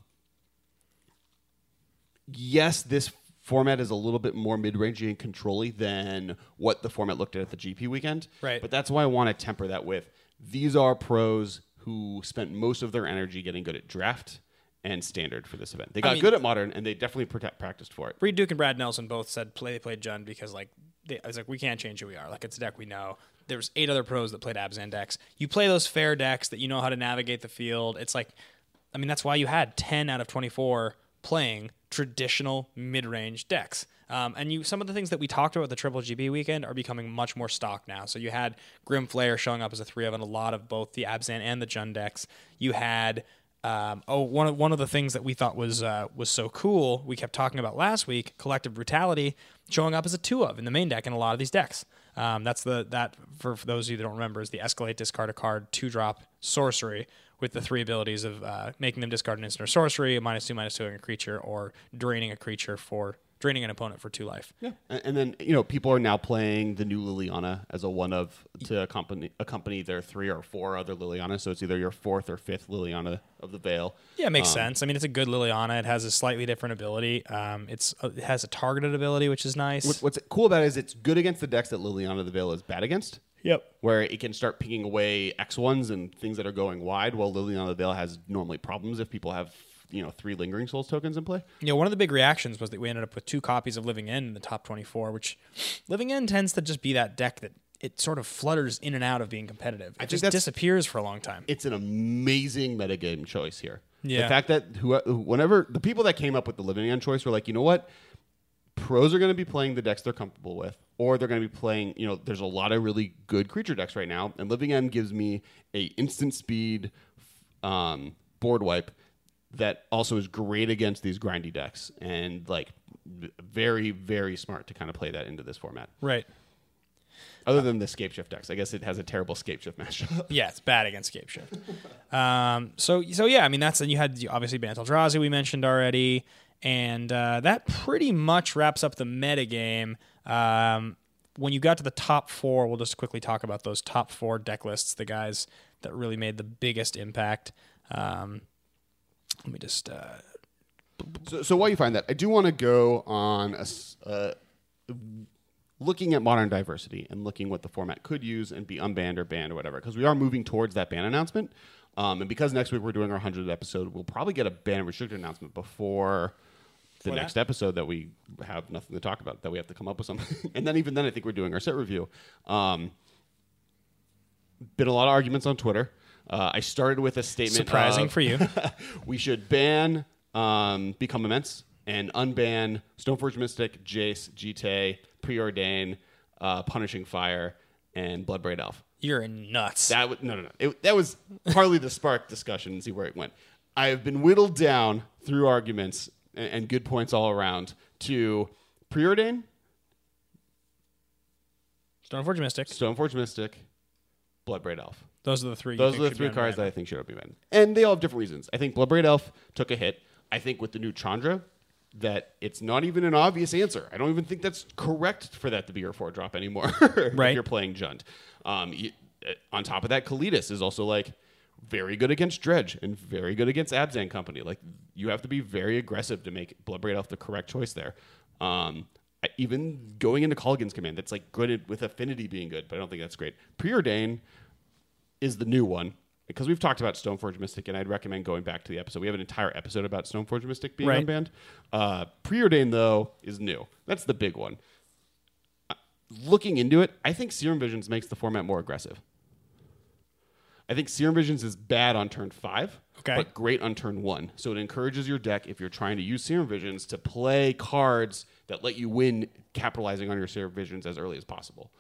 S3: yes, this format is a little bit more mid-rangey and controlly than what the format looked at at the GP weekend.
S4: Right.
S3: But that's why I want to temper that with these are pros who spent most of their energy getting good at draft and standard for this event. They got
S4: mean-
S3: good at modern and they definitely protect, practiced for it.
S4: Reed Duke and Brad Nelson both said play they played Jund because like they, it's like we can't change who we are. Like it's a deck we know. There's eight other pros that played Abzan decks. You play those fair decks that you know how to navigate the field. It's like, I mean, that's why you had ten out of twenty four playing traditional mid range decks. Um, and you, some of the things that we talked about at the Triple GB weekend are becoming much more stock now. So you had Grim Flare showing up as a three of on a lot of both the Abzan and the Jund decks. You had um, oh, one of one of the things that we thought was uh, was so cool, we kept talking about last week, collective brutality showing up as a two of in the main deck in a lot of these decks. Um, that's the that for, for those of you that don't remember is the escalate discard a card two drop sorcery with the three abilities of uh, making them discard an instant or sorcery, a minus two minus two on a creature, or draining a creature for draining an opponent for two life. Yeah.
S3: And, and then you know people are now playing the new Liliana as a one of to accompany accompany their three or four other Liliana. So it's either your fourth or fifth Liliana of the Veil.
S4: Yeah, it makes sense. I mean, it's a good Liliana. It has a slightly different ability. Um, it's it has a targeted ability, which is nice.
S3: What- What's cool about it is it's good against the decks that Liliana of the Veil is bad against.
S4: Yep.
S3: Where it can start picking away X ones and things that are going wide, while Liliana of the Veil has normally problems if people have you know three Lingering Souls tokens in play.
S4: you know, one of the big reactions was that we ended up with two copies of Living End in the top 24, which Living End tends to just be that deck that it sort of flutters in and out of being competitive. It just
S3: that's-
S4: disappears for a long time.
S3: It's an amazing metagame choice here.
S4: Yeah.
S3: The fact that who, whenever the people that came up with the Living End choice were like, you know what, pros are going to be playing the decks they're comfortable with, or they're going to be playing. You know, there's a lot of really good creature decks right now, and Living End gives me a instant speed um, board wipe that also is great against these grindy decks, and like v- very very smart to kind of play that into this format.
S4: right.
S3: Other than the scape shift decks, I guess it has a terrible scape shift matchup.
S4: Yeah, it's bad against Scape Shift. um, so, so yeah, I mean, that's, and you had obviously Bantal Drazi we mentioned already. And uh, that pretty much wraps up the metagame. Um, when you got to the top four, we'll just quickly talk about those top four deck lists, the guys that really made the biggest impact. Um, let me just uh,
S3: So, so while you find that, I do want to go on a s uh, looking at modern diversity and looking what the format could use and be unbanned or banned or whatever, because we are moving towards that ban announcement. Um, and because next week we're doing our 100th episode, we'll probably get a ban and restricted announcement before the next episode that we have nothing to talk about, that we have to come up with something. and then even then, I think we're doing our set review. Um, been a lot of arguments on Twitter. Uh, I started with a statement
S4: surprising
S3: of-
S4: for you.
S3: we should ban um, Become Immense and unban Stoneforge Mystic, Jace, Gite, Preordain, uh, Punishing Fire, and Bloodbraid Elf.
S4: You're nuts.
S3: That was, no, no, no. It, that was partly the spark discussion and see where it went. I have been whittled down through arguments and, and good points all around to Preordain,
S4: Stoneforge Mystic.
S3: Stoneforge Mystic, Bloodbraid Elf.
S4: Those are the three. you
S3: Those
S4: think
S3: are the
S4: should be
S3: three
S4: on
S3: cards
S4: ban.
S3: that I think should be banned, and they all have different reasons. I think Bloodbraid Elf took a hit. I think with the new Chandra, that it's not even an obvious answer. I don't even think that's correct for that to be your four drop anymore.
S4: Right.
S3: if you're playing Jund. Um, you- uh, on top of that, Kalidas is also like very good against Dredge and very good against Abzan Company. Like you have to be very aggressive to make Bloodbraid Elf the correct choice there. Um, I- even going into Colgan's command, that's like good at, with affinity being good, but I don't think that's great. Preordain, is the new one because we've talked about Stoneforge Mystic, and I'd recommend going back to the episode. We have an entire episode about Stoneforge Mystic being
S4: Right.
S3: unbanned. Uh, Preordain though is new. That's the big one. Uh, Looking into it, I think Serum Visions makes the format more aggressive. I think Serum Visions is bad on turn five,
S4: Okay.
S3: but great on turn one. So it encourages your deck if you're trying to use Serum Visions to play cards that let you win, capitalizing on your Serum Visions as early as possible.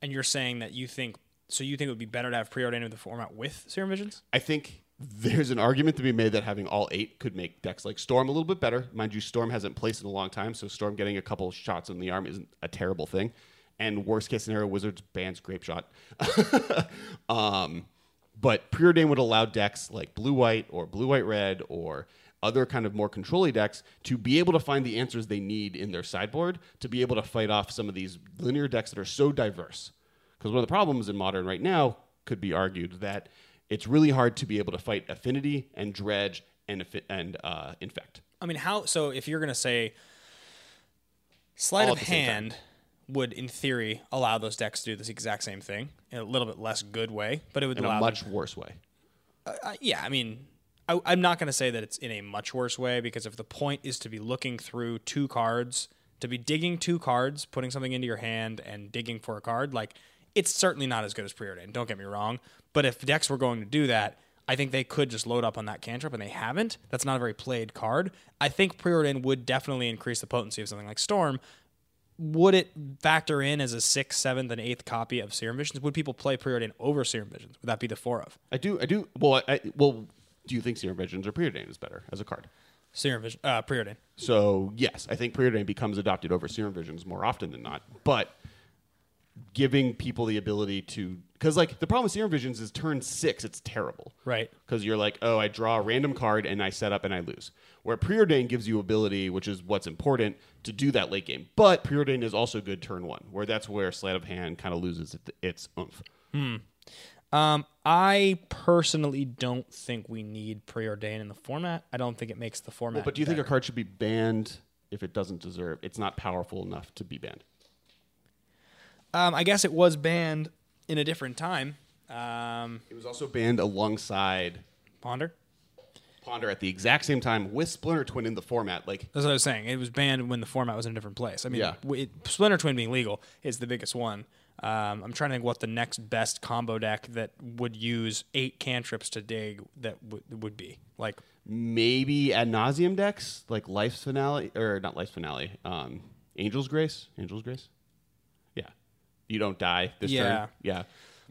S4: And you're saying that you think so. You think it would be better to have preordained in the format with Serum Visions?
S3: I think there's an argument to be made that having all eight could make decks like Storm a little bit better. Mind you, Storm hasn't placed in a long time, so Storm getting a couple shots in the arm isn't a terrible thing. And worst case scenario, Wizards bans Grape Shot. um, but Preordain would allow decks like Blue White or Blue White Red or other kind of more controlly decks to be able to find the answers they need in their sideboard to be able to fight off some of these linear decks that are so diverse. Because one of the problems in modern right now could be argued that it's really hard to be able to fight affinity and dredge and affi- and uh, infect.
S4: I mean, how? So if you're gonna say Sleight
S3: All
S4: of
S3: at the same time.
S4: hand would, in theory, allow those decks to do this exact same thing in a little bit less good way, but it would
S3: in
S4: allow
S3: a
S4: them-
S3: much worse way.
S4: uh, yeah, I mean, I, I'm not going to say that it's in a much worse way because if the point is to be looking through two cards, to be digging two cards, putting something into your hand, and digging for a card, like it's certainly not as good as preordained. Don't get me wrong, but if decks were going to do that, I think they could just load up on that cantrip, and they haven't. That's not a very played card. I think preordained would definitely increase the potency of something like Storm, would it factor in as a sixth, seventh, and eighth copy of Serum Visions? Would people play Preordain over Serum Visions? Would that be the four of
S3: I do. I do. Well, I, well. Do you think Serum Visions or Preordain is better as a card?
S4: Serum Vision, uh, Preordain?
S3: So yes, I think preordained becomes adopted over serum visions more often than not. But giving people the ability to because like the problem with serum visions is turn six, it's terrible.
S4: Right.
S3: Because you're like, oh, I draw a random card and I set up and I lose. Where preordained gives you ability, which is what's important, to do that late game. But preordained is also good turn one, where that's where sleight of hand kind of loses it, its oomph.
S4: Um, I personally don't think we need Preordain in the format. I don't think it makes the format.
S3: But do you think a
S4: better.
S3: card should be banned if it doesn't deserve? It's not powerful enough to be banned.
S4: Um, I guess it was banned in a different time. Um,
S3: It was also banned alongside
S4: Ponder.
S3: Ponder at the exact same time with Splinter Twin in the format. Like,
S4: That's what I was saying. It was banned when the format was in a different place. I mean,
S3: Yeah.
S4: w- it, Splinter Twin being legal is the biggest one. Um, I'm trying to think what the next best combo deck that would use eight cantrips to dig that w- would be. Like,
S3: maybe ad nauseum decks, like Life's Finale, or not Life's Finale, um, Angel's Grace. Angel's Grace? Yeah. You don't die this
S4: Yeah.
S3: turn. Yeah.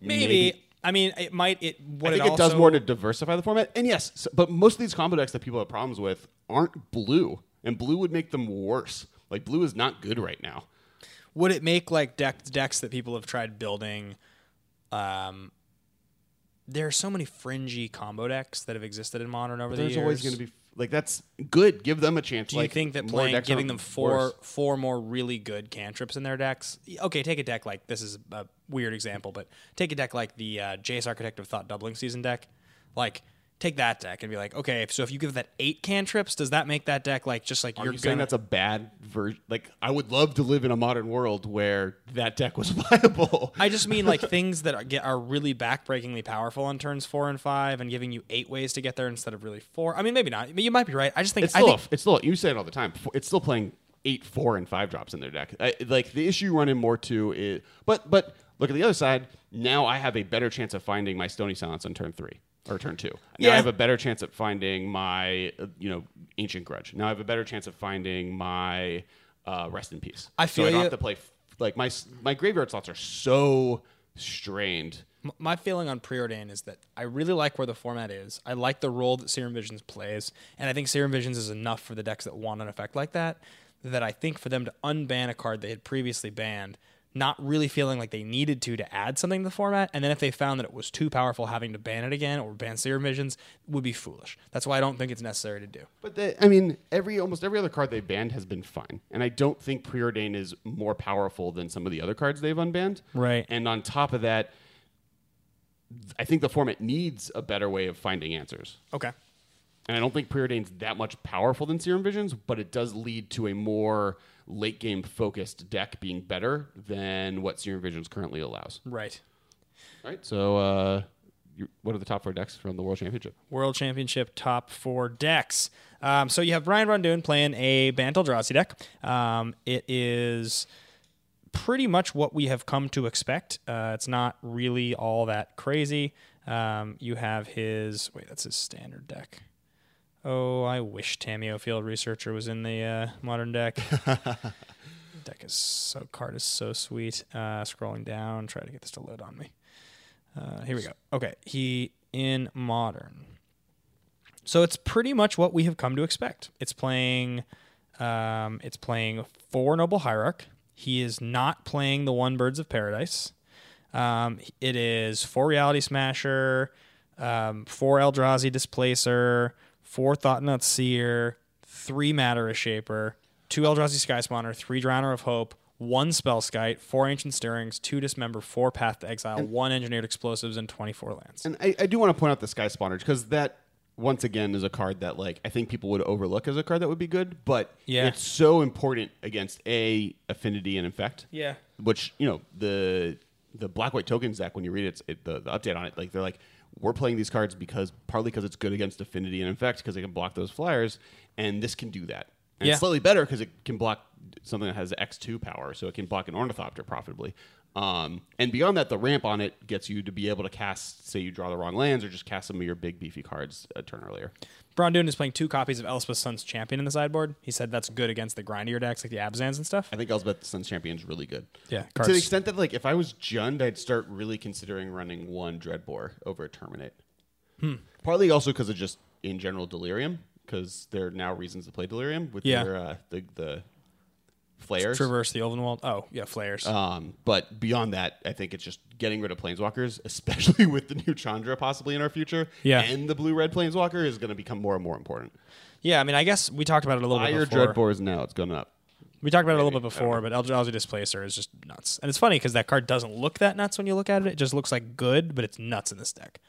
S4: maybe. I mean, it might. It
S3: I
S4: what
S3: think
S4: it,
S3: it,
S4: also,
S3: does more to diversify the format. And yes, so, but most of these combo decks that people have problems with aren't blue, and blue would make them worse. Like, blue is not good right now.
S4: would it make like deck, decks that people have tried building um there are so many fringy combo decks that have existed in modern over the
S3: There's
S4: years
S3: always going to be, like, that's good. Give them a chance.
S4: do you
S3: like,
S4: think that
S3: more
S4: playing
S3: decks
S4: giving them
S3: aren't
S4: four
S3: worse.
S4: four more really good cantrips in their decks okay take a deck like this is a weird example but take a deck like the uh, jace architect of thought doubling season deck like take that deck and be like okay if- so if you give that eight cantrips does that make that deck like just like
S3: Are
S4: you're
S3: you saying
S4: gonna-
S3: that's a bad version? Like, I would love to live in a modern world where that deck was viable.
S4: I just mean like things that are, get, are really backbreakingly powerful on turns four and five, and giving you eight ways to get there instead of really four. I mean, maybe not. But you might be right. I just think
S3: it's
S4: I
S3: still,
S4: think
S3: it's still. You say it all the time. F- It's still playing eight, four, and five drops in their deck. I, like the issue you run in more two is, but but look at the other side. Now I have a better chance of finding my Stony Silence on turn three or turn two. Now
S4: Yeah.
S3: I have a better chance at finding my uh, you know Ancient Grudge. Now I have a better chance of finding my uh, Rest in Peace.
S4: I feel
S3: so I don't
S4: you.
S3: have to play f- like my s- my graveyard slots are so strained.
S4: M- my feeling on preordain is that I really like where the format is. I like the role that Serum Visions plays, and I think Serum Visions is enough for the decks that want an effect like that. That I think for them to unban a card they had previously banned, not really feeling like they needed to to add something to the format, and then if they found that it was too powerful, having to ban it again or ban Serum Visions would be foolish. That's why I don't think it's necessary to do.
S3: But they, I mean, every almost every other card they banned has been fine, and I don't think preordain is more powerful than some of the other cards they've unbanned.
S4: Right.
S3: And on top of that, I think the format needs a better way of finding answers,
S4: Okay.
S3: and I don't think preordain's that much powerful than Serum Visions, but it does lead to a more late game focused deck being better than what Serum Visions currently allows.
S4: Right.
S3: Right. So, uh, you- what are the top four decks from the World Championship?
S4: World Championship top four decks. Um, so you have Brian Rondoon playing a Bantel Drossi deck. Um, it is pretty much what we have come to expect. Uh, it's not really all that crazy. Um, you have his wait, that's his standard deck. Oh, I wish Tamio Field Researcher was in the uh, modern deck. deck is so card is so sweet. Uh, scrolling down, try to get this to load on me. Uh, here we go. Okay, he in modern. So it's pretty much what we have come to expect. It's playing, um, it's playing four noble hierarch. He is not playing the one birds of paradise. Um, it is four reality smasher, um, four Eldrazi displacer, four thought nut seer, three matter shaper, two Eldrazi sky spawner, three drowner of hope. One spell skite, four ancient stirrings, two dismember, four path to exile, one engineered explosives, and twenty-four lands.
S3: And I, I do want to point out the Sky Spawner because that once again is a card that like I think people would overlook as a card that would be good, but
S4: Yeah.
S3: it's so important against a affinity and infect.
S4: Yeah.
S3: Which you know the the black white token Zach when you read it, it the, the update on it like they're like we're playing these cards because partly because it's good against affinity and infect because they can block those flyers and this can do that. And
S4: Yeah.
S3: it's slightly better because it can block something that has X2 power, so it can block an Ornithopter profitably. Um, and beyond that, the ramp on it gets you to be able to cast, say you draw the wrong lands, or just cast some of your big beefy cards a turn earlier.
S4: Brondoon is playing two copies of Elspeth's Son's Champion in the sideboard. He said that's good against the grindier decks like the Abzans and stuff.
S3: I think Elspeth the Sun's Champion's really good.
S4: Yeah,
S3: To
S4: cards.
S3: the extent that, like, if I was Jund, I'd start really considering running one Dreadbore over a Terminate.
S4: Hmm.
S3: Partly also because of just, in general, Delirium, because there are now reasons to play Delirium with
S4: Yeah.
S3: their, uh, the, the flares.
S4: Traverse the Olvenwald. Oh, yeah, flares.
S3: Um, but beyond that, I think it's just getting rid of planeswalkers, especially with the new Chandra possibly in our future.
S4: Yeah.
S3: And the blue red planeswalker is going to become more and more important.
S4: yeah, I mean, I guess we talked about it a little
S3: Higher
S4: bit before.
S3: Dreadbores now, it's going up.
S4: We talked about it a little bit before, but Eldrazi Displacer is just nuts. And it's funny because that card doesn't look that nuts when you look at it. It just looks like good, but it's nuts in this deck.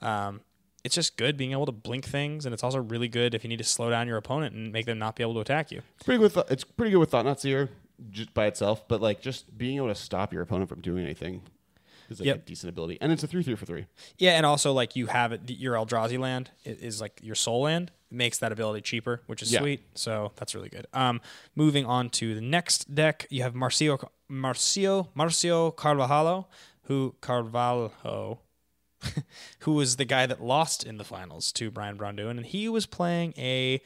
S4: Um, it's just good being able to blink things, and it's also really good if you need to slow down your opponent and make them not be able to attack you.
S3: It's pretty good. With, it's pretty good with Thought Not Seer just by itself, but like just being able to stop your opponent from doing anything is like a
S4: Yep.
S3: decent ability. And it's a three three for three.
S4: Yeah, and also like you have it, your Eldrazi land i- is like your soul land It makes that ability cheaper, which is
S3: Yeah.
S4: sweet. So that's really good. Um, moving on to the next deck, you have Marcio Marcio Marcio Carvalho, who Carvalho, who was the guy that lost in the finals to Brian Bronduin, and he was playing a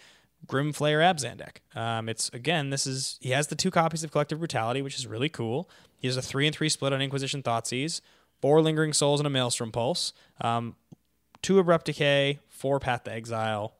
S4: Grim Flayer Abzan deck. Um, it's again, this is he has the two copies of Collective Brutality, which is really cool. He has a three and three split on Inquisition Thoughtseize, four Lingering Souls, and a Maelstrom Pulse, um, two Abrupt Decay, four Path to Exile,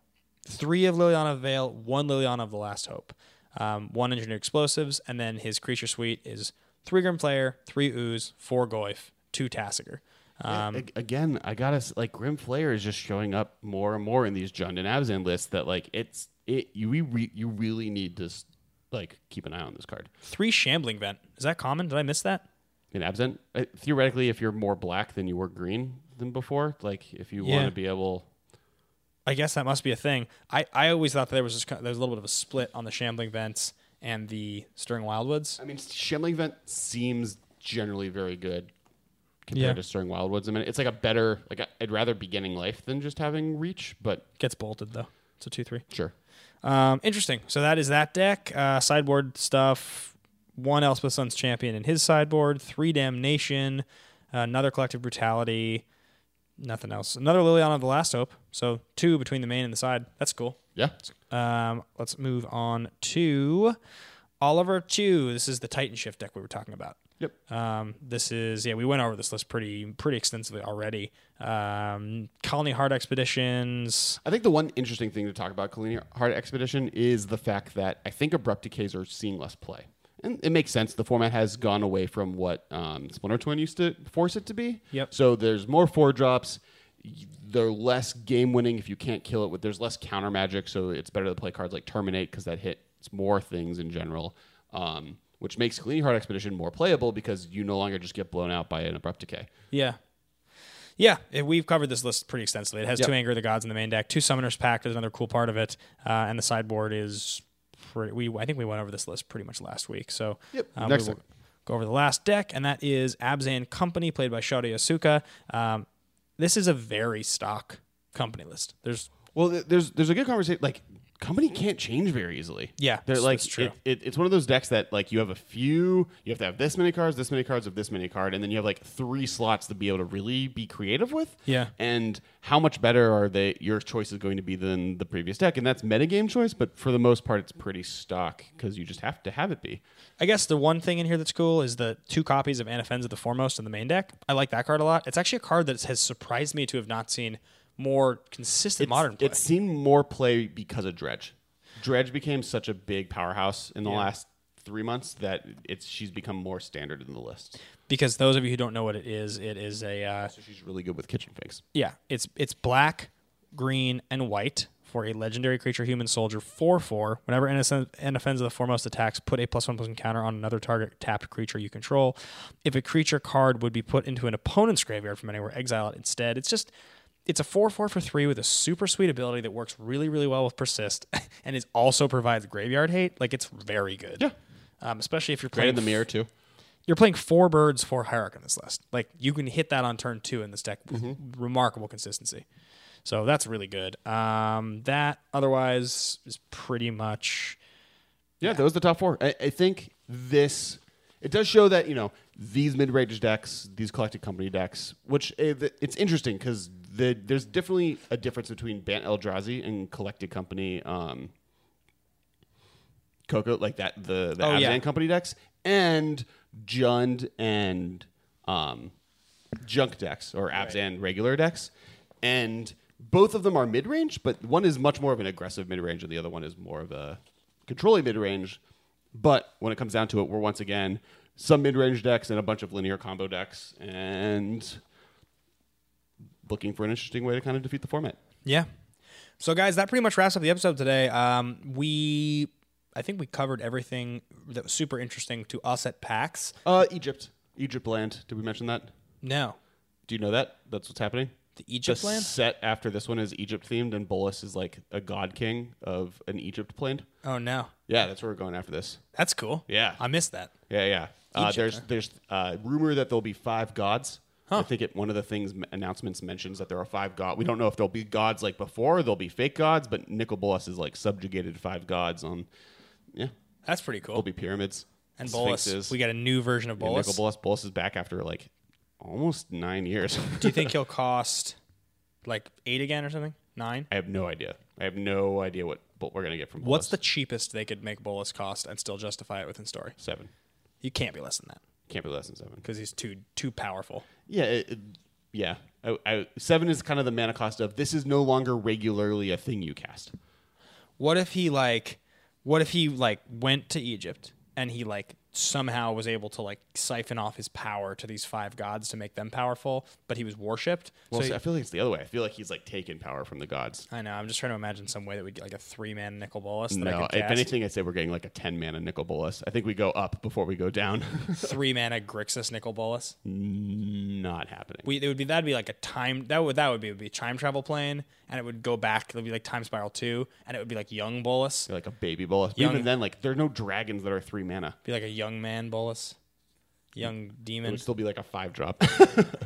S4: three of Liliana of Veil, one Liliana of the Last Hope, um, one Engineer Explosives, and then his creature suite is three Grim Flayer, three Ooze, four Goyf, two Tassiger. Um,
S3: Ag- Again, I gotta s- like Grim Flayer is just showing up more and more in these Jund and Abzan lists. That like it's it you we re, you really need to s- like keep an eye on this card.
S4: Three shambling vent. Is that common? Did I miss that?
S3: in absent. Uh, theoretically, if you're more black than you were green than before, like if you
S4: Yeah.
S3: want to be able,
S4: I guess that must be a thing. I, I always thought that there was just, kind- there was a little bit of a split on the shambling vents and the stirring wildwoods.
S3: I mean, Shambling Vent seems generally very good compared
S4: Yeah.
S3: to Stirring Wildwoods. I mean, it's like a better, like I- I'd rather beginning life than just having reach, but
S4: Gets bolted though. It's a two three.
S3: sure.
S4: Um, interesting. So that is that deck. Uh, sideboard stuff. One Elspeth Sun's champion in his sideboard. Three damnation. Another collective brutality. Nothing else. Another Liliana of the Last Hope. So two between the main and the side. That's cool.
S3: Yeah.
S4: Um, let's move on to Oliver Chu. This is the Titan Shift deck we were talking about.
S3: Yep.
S4: Um, this is yeah, we went over this list pretty pretty extensively already. Um, Colony Hard Expeditions.
S3: I think the one interesting thing to talk about Kalini Hard Expedition is the fact that I think abrupt decays are seeing less play. And it makes sense. The format has gone away from what um, Splinter Twin used to force it to be.
S4: Yep.
S3: So there's more four drops. Y- They're less game winning if you can't kill it. With there's less counter magic, so it's better to play cards like Terminate because that hits more things in general, um, which makes Kalini Hard Expedition more playable because you no longer just get blown out by an abrupt decay.
S4: Yeah. Yeah, it- we've covered this list pretty extensively. It has two
S3: Yep.
S4: Anger of the Gods in the main deck, two Summoners Pact is another cool part of it, uh, and the sideboard is. Pretty, we I think we went over this list pretty much last week. So
S3: Yep,
S4: um,
S3: next
S4: we will
S3: deck.
S4: go over the last deck, and that is Abzan Company, played by Shota Yasuka. Um, this is a very stock company list. There's
S3: Well, th- there's there's a good conversation. Like company can't change very easily.
S4: Yeah,
S3: they're
S4: that's-
S3: like
S4: that's true.
S3: It, it, it's one of those decks that like you have a few. You have to have this many cards, this many cards of this many card, and then you have like three slots to be able to really be creative with.
S4: Yeah.
S3: And how much better are they? Your choice is going to be than the previous deck, and that's metagame choice. But for the most part, it's pretty stock because you just have to have it be.
S4: I guess the one thing in here that's cool is the two copies of Anafenza the Foremost in the main deck. I like that card a lot. It's actually a card that has surprised me to have not seen more consistent
S3: It's-
S4: modern play.
S3: It's seen more play because of Dredge. Dredge became such a big powerhouse in the last three months that it's she's become more standard in the list.
S4: because those of you who don't know what it is, it is a uh,
S3: She's really good with kitchen fakes.
S4: yeah, it's it's black, green, and white for a legendary creature, human soldier, four four. Whenever an offense of the foremost attacks, put a plus one plus one counter on another target tapped creature you control. If a creature card would be put into an opponent's graveyard from anywhere, exile it instead. It's just It's a 4 4 for 3 with a super sweet ability that works really, really well with Persist and it also provides graveyard hate. Like, it's very good.
S3: Yeah.
S4: Um, especially if you're
S3: Right
S4: playing
S3: in the mirror too.
S4: You're playing four birds, four hierarch on this list. Like, you can hit that on turn two in this deck with
S3: Mm-hmm.
S4: remarkable consistency. So, that's really good. Um, that otherwise is pretty much.
S3: Yeah, those are the top four. I, I think this it does show that you know these mid-range decks, these collected company decks, which eh, th- it's interesting because the, there's definitely a difference between Ban Eldrazi and collected company um, Coco, like that the the
S4: Oh,
S3: Abzan
S4: yeah.
S3: company decks and Jund and um, Junk decks or Abzan regular decks, and both of them are mid range, but one is much more of an aggressive mid range, and the other one is more of a controlling mid range. But when it comes down to it, we're once again some mid range decks and a bunch of linear combo decks, and looking for an interesting way to kind of defeat the format.
S4: Yeah. So, guys, that pretty much wraps up the episode today. Um, we, I think we covered everything that was super interesting to us at PAX.
S3: Uh, Egypt, Egypt land. Did we mention that?
S4: No,
S3: Do you know that? That's what's happening.
S4: the Egypt
S3: the
S4: land.
S3: set after this one is Egypt themed, and Bolus is like a god king of an Egypt plane.
S4: Oh no,
S3: Yeah, that's where we're going after this.
S4: that's cool.
S3: Yeah.
S4: I missed that.
S3: Yeah, yeah. Uh,
S4: Egypt,
S3: there's
S4: huh?
S3: there's uh, rumor that there'll be five gods. I think it, one of the things m- announcements mentions that there are five gods. We don't know if there'll be gods like before. Or there'll be fake gods, but Nicol Bolas is like subjugated five gods on. Yeah,
S4: That's pretty cool.
S3: there'll be pyramids
S4: and Bolus,
S3: sphinxes.
S4: we got a new version of
S3: yeah,
S4: Bolus.
S3: Nicol Bolas. Bolas is back after like almost nine years.
S4: Do you think he'll cost like eight again or something? Nine.
S3: I have no idea. I have no idea what, what we're gonna get from.
S4: What's
S3: Bolas.
S4: the cheapest they could make Bolus cost and still justify it within story?
S3: seven?
S4: You can't be less than that
S3: Can't be less than seven.
S4: because he's too too powerful.
S3: Yeah, it, it- yeah. I, I, seven is kind of the mana cost of this is no longer regularly a thing you cast.
S4: What if he like what if he like went to Egypt and he like somehow was able to like siphon off his power to these five gods to make them powerful, but he was worshipped?
S3: Well,
S4: so
S3: see, I
S4: he-
S3: feel like it's the other way. I feel like he's like taken power from the gods.
S4: I know, I'm just trying to imagine some way that we'd get like a three man nickel bolus that I
S3: No,
S4: could
S3: if
S4: cast.
S3: anything, I'd say we're getting like a ten mana nickel bolus. I think we go up before we go down.
S4: three mana Grixis nickel bolus.
S3: Mm. Not happening.
S4: We it would be that'd be like a time that would that would be would be time travel plane and it would go back, it'd be like time spiral two, and it would be like young bolus.
S3: like a baby bolus. But
S4: Young-
S3: even then, like there are no dragons that are three mana.
S4: Be like a young man bolus. Young
S3: It
S4: demon.
S3: would still be like a five drop.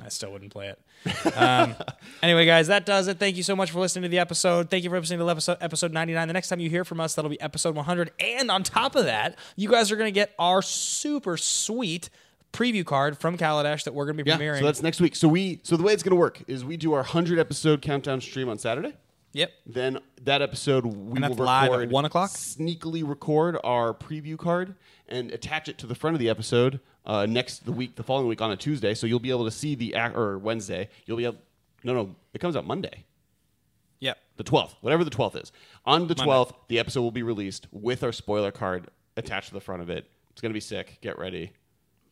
S4: I still wouldn't play it. Um, anyway, guys, that does it. Thank you so much for listening to the episode. Thank you for listening to episode episode 99. The next time you hear from us, that'll be episode 100. And on top of that, you guys are going to get our super sweet preview card from Kaladesh that we're going to be premiering.
S3: So that's next week. So we. So the way it's going to work is we do our hundred episode countdown stream on Saturday.
S4: yep.
S3: Then that episode we
S4: that's
S3: will
S4: live at
S3: record
S4: 1 o'clock?
S3: Sneakily record our preview card and attach it to the front of the episode uh, next the week, the following week on a Tuesday. So you'll be able to see the ac- or Wednesday. You'll be able. No, no, it comes out Monday,
S4: Yep.
S3: the twelfth, whatever the twelfth is. On the twelfth, the episode will be released with our spoiler card attached to the front of it. It's gonna be sick. Get ready.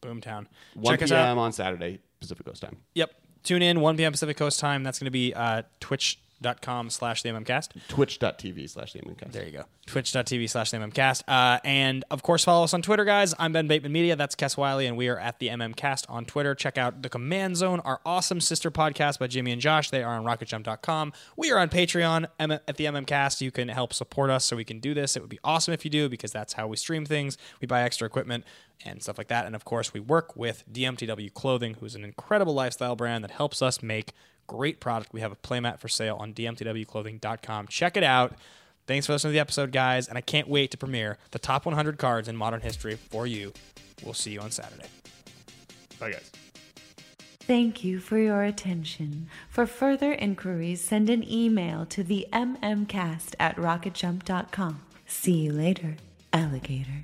S4: Boomtown.
S3: One
S4: Check us out.
S3: p.m. on Saturday Pacific Coast time.
S4: Yep. Tune in 1 p.m. Pacific Coast time. That's going to be uh, twitch.com slash the MMCast.
S3: Twitch.tv slash the Amoncast.
S4: There you go. Twitch.tv slash the MMCast. Uh, and of course, follow us on Twitter, guys. I'm Ben Bateman Media. That's Kes Wiley, and we are at the MMCast on Twitter. Check out The Command Zone, our awesome sister podcast by Jimmy and Josh. They are on rocketjump.com. We are on Patreon M- at the MMCast. You can help support us so we can do this. It would be awesome if you do because that's how we stream things. We buy extra equipment and stuff like that. And of course, we work with DMTW Clothing, who's an incredible lifestyle brand that helps us make great product. We have a playmat for sale on dmtwclothing.com. Check it out. Thanks for listening to the episode, guys, and I can't wait to premiere the top 100 cards in modern history for you. We'll see you on Saturday.
S3: Bye guys.
S2: Thank you for your attention. For further inquiries, send an email to the mmcast at rocketjump.com. See you later, alligator.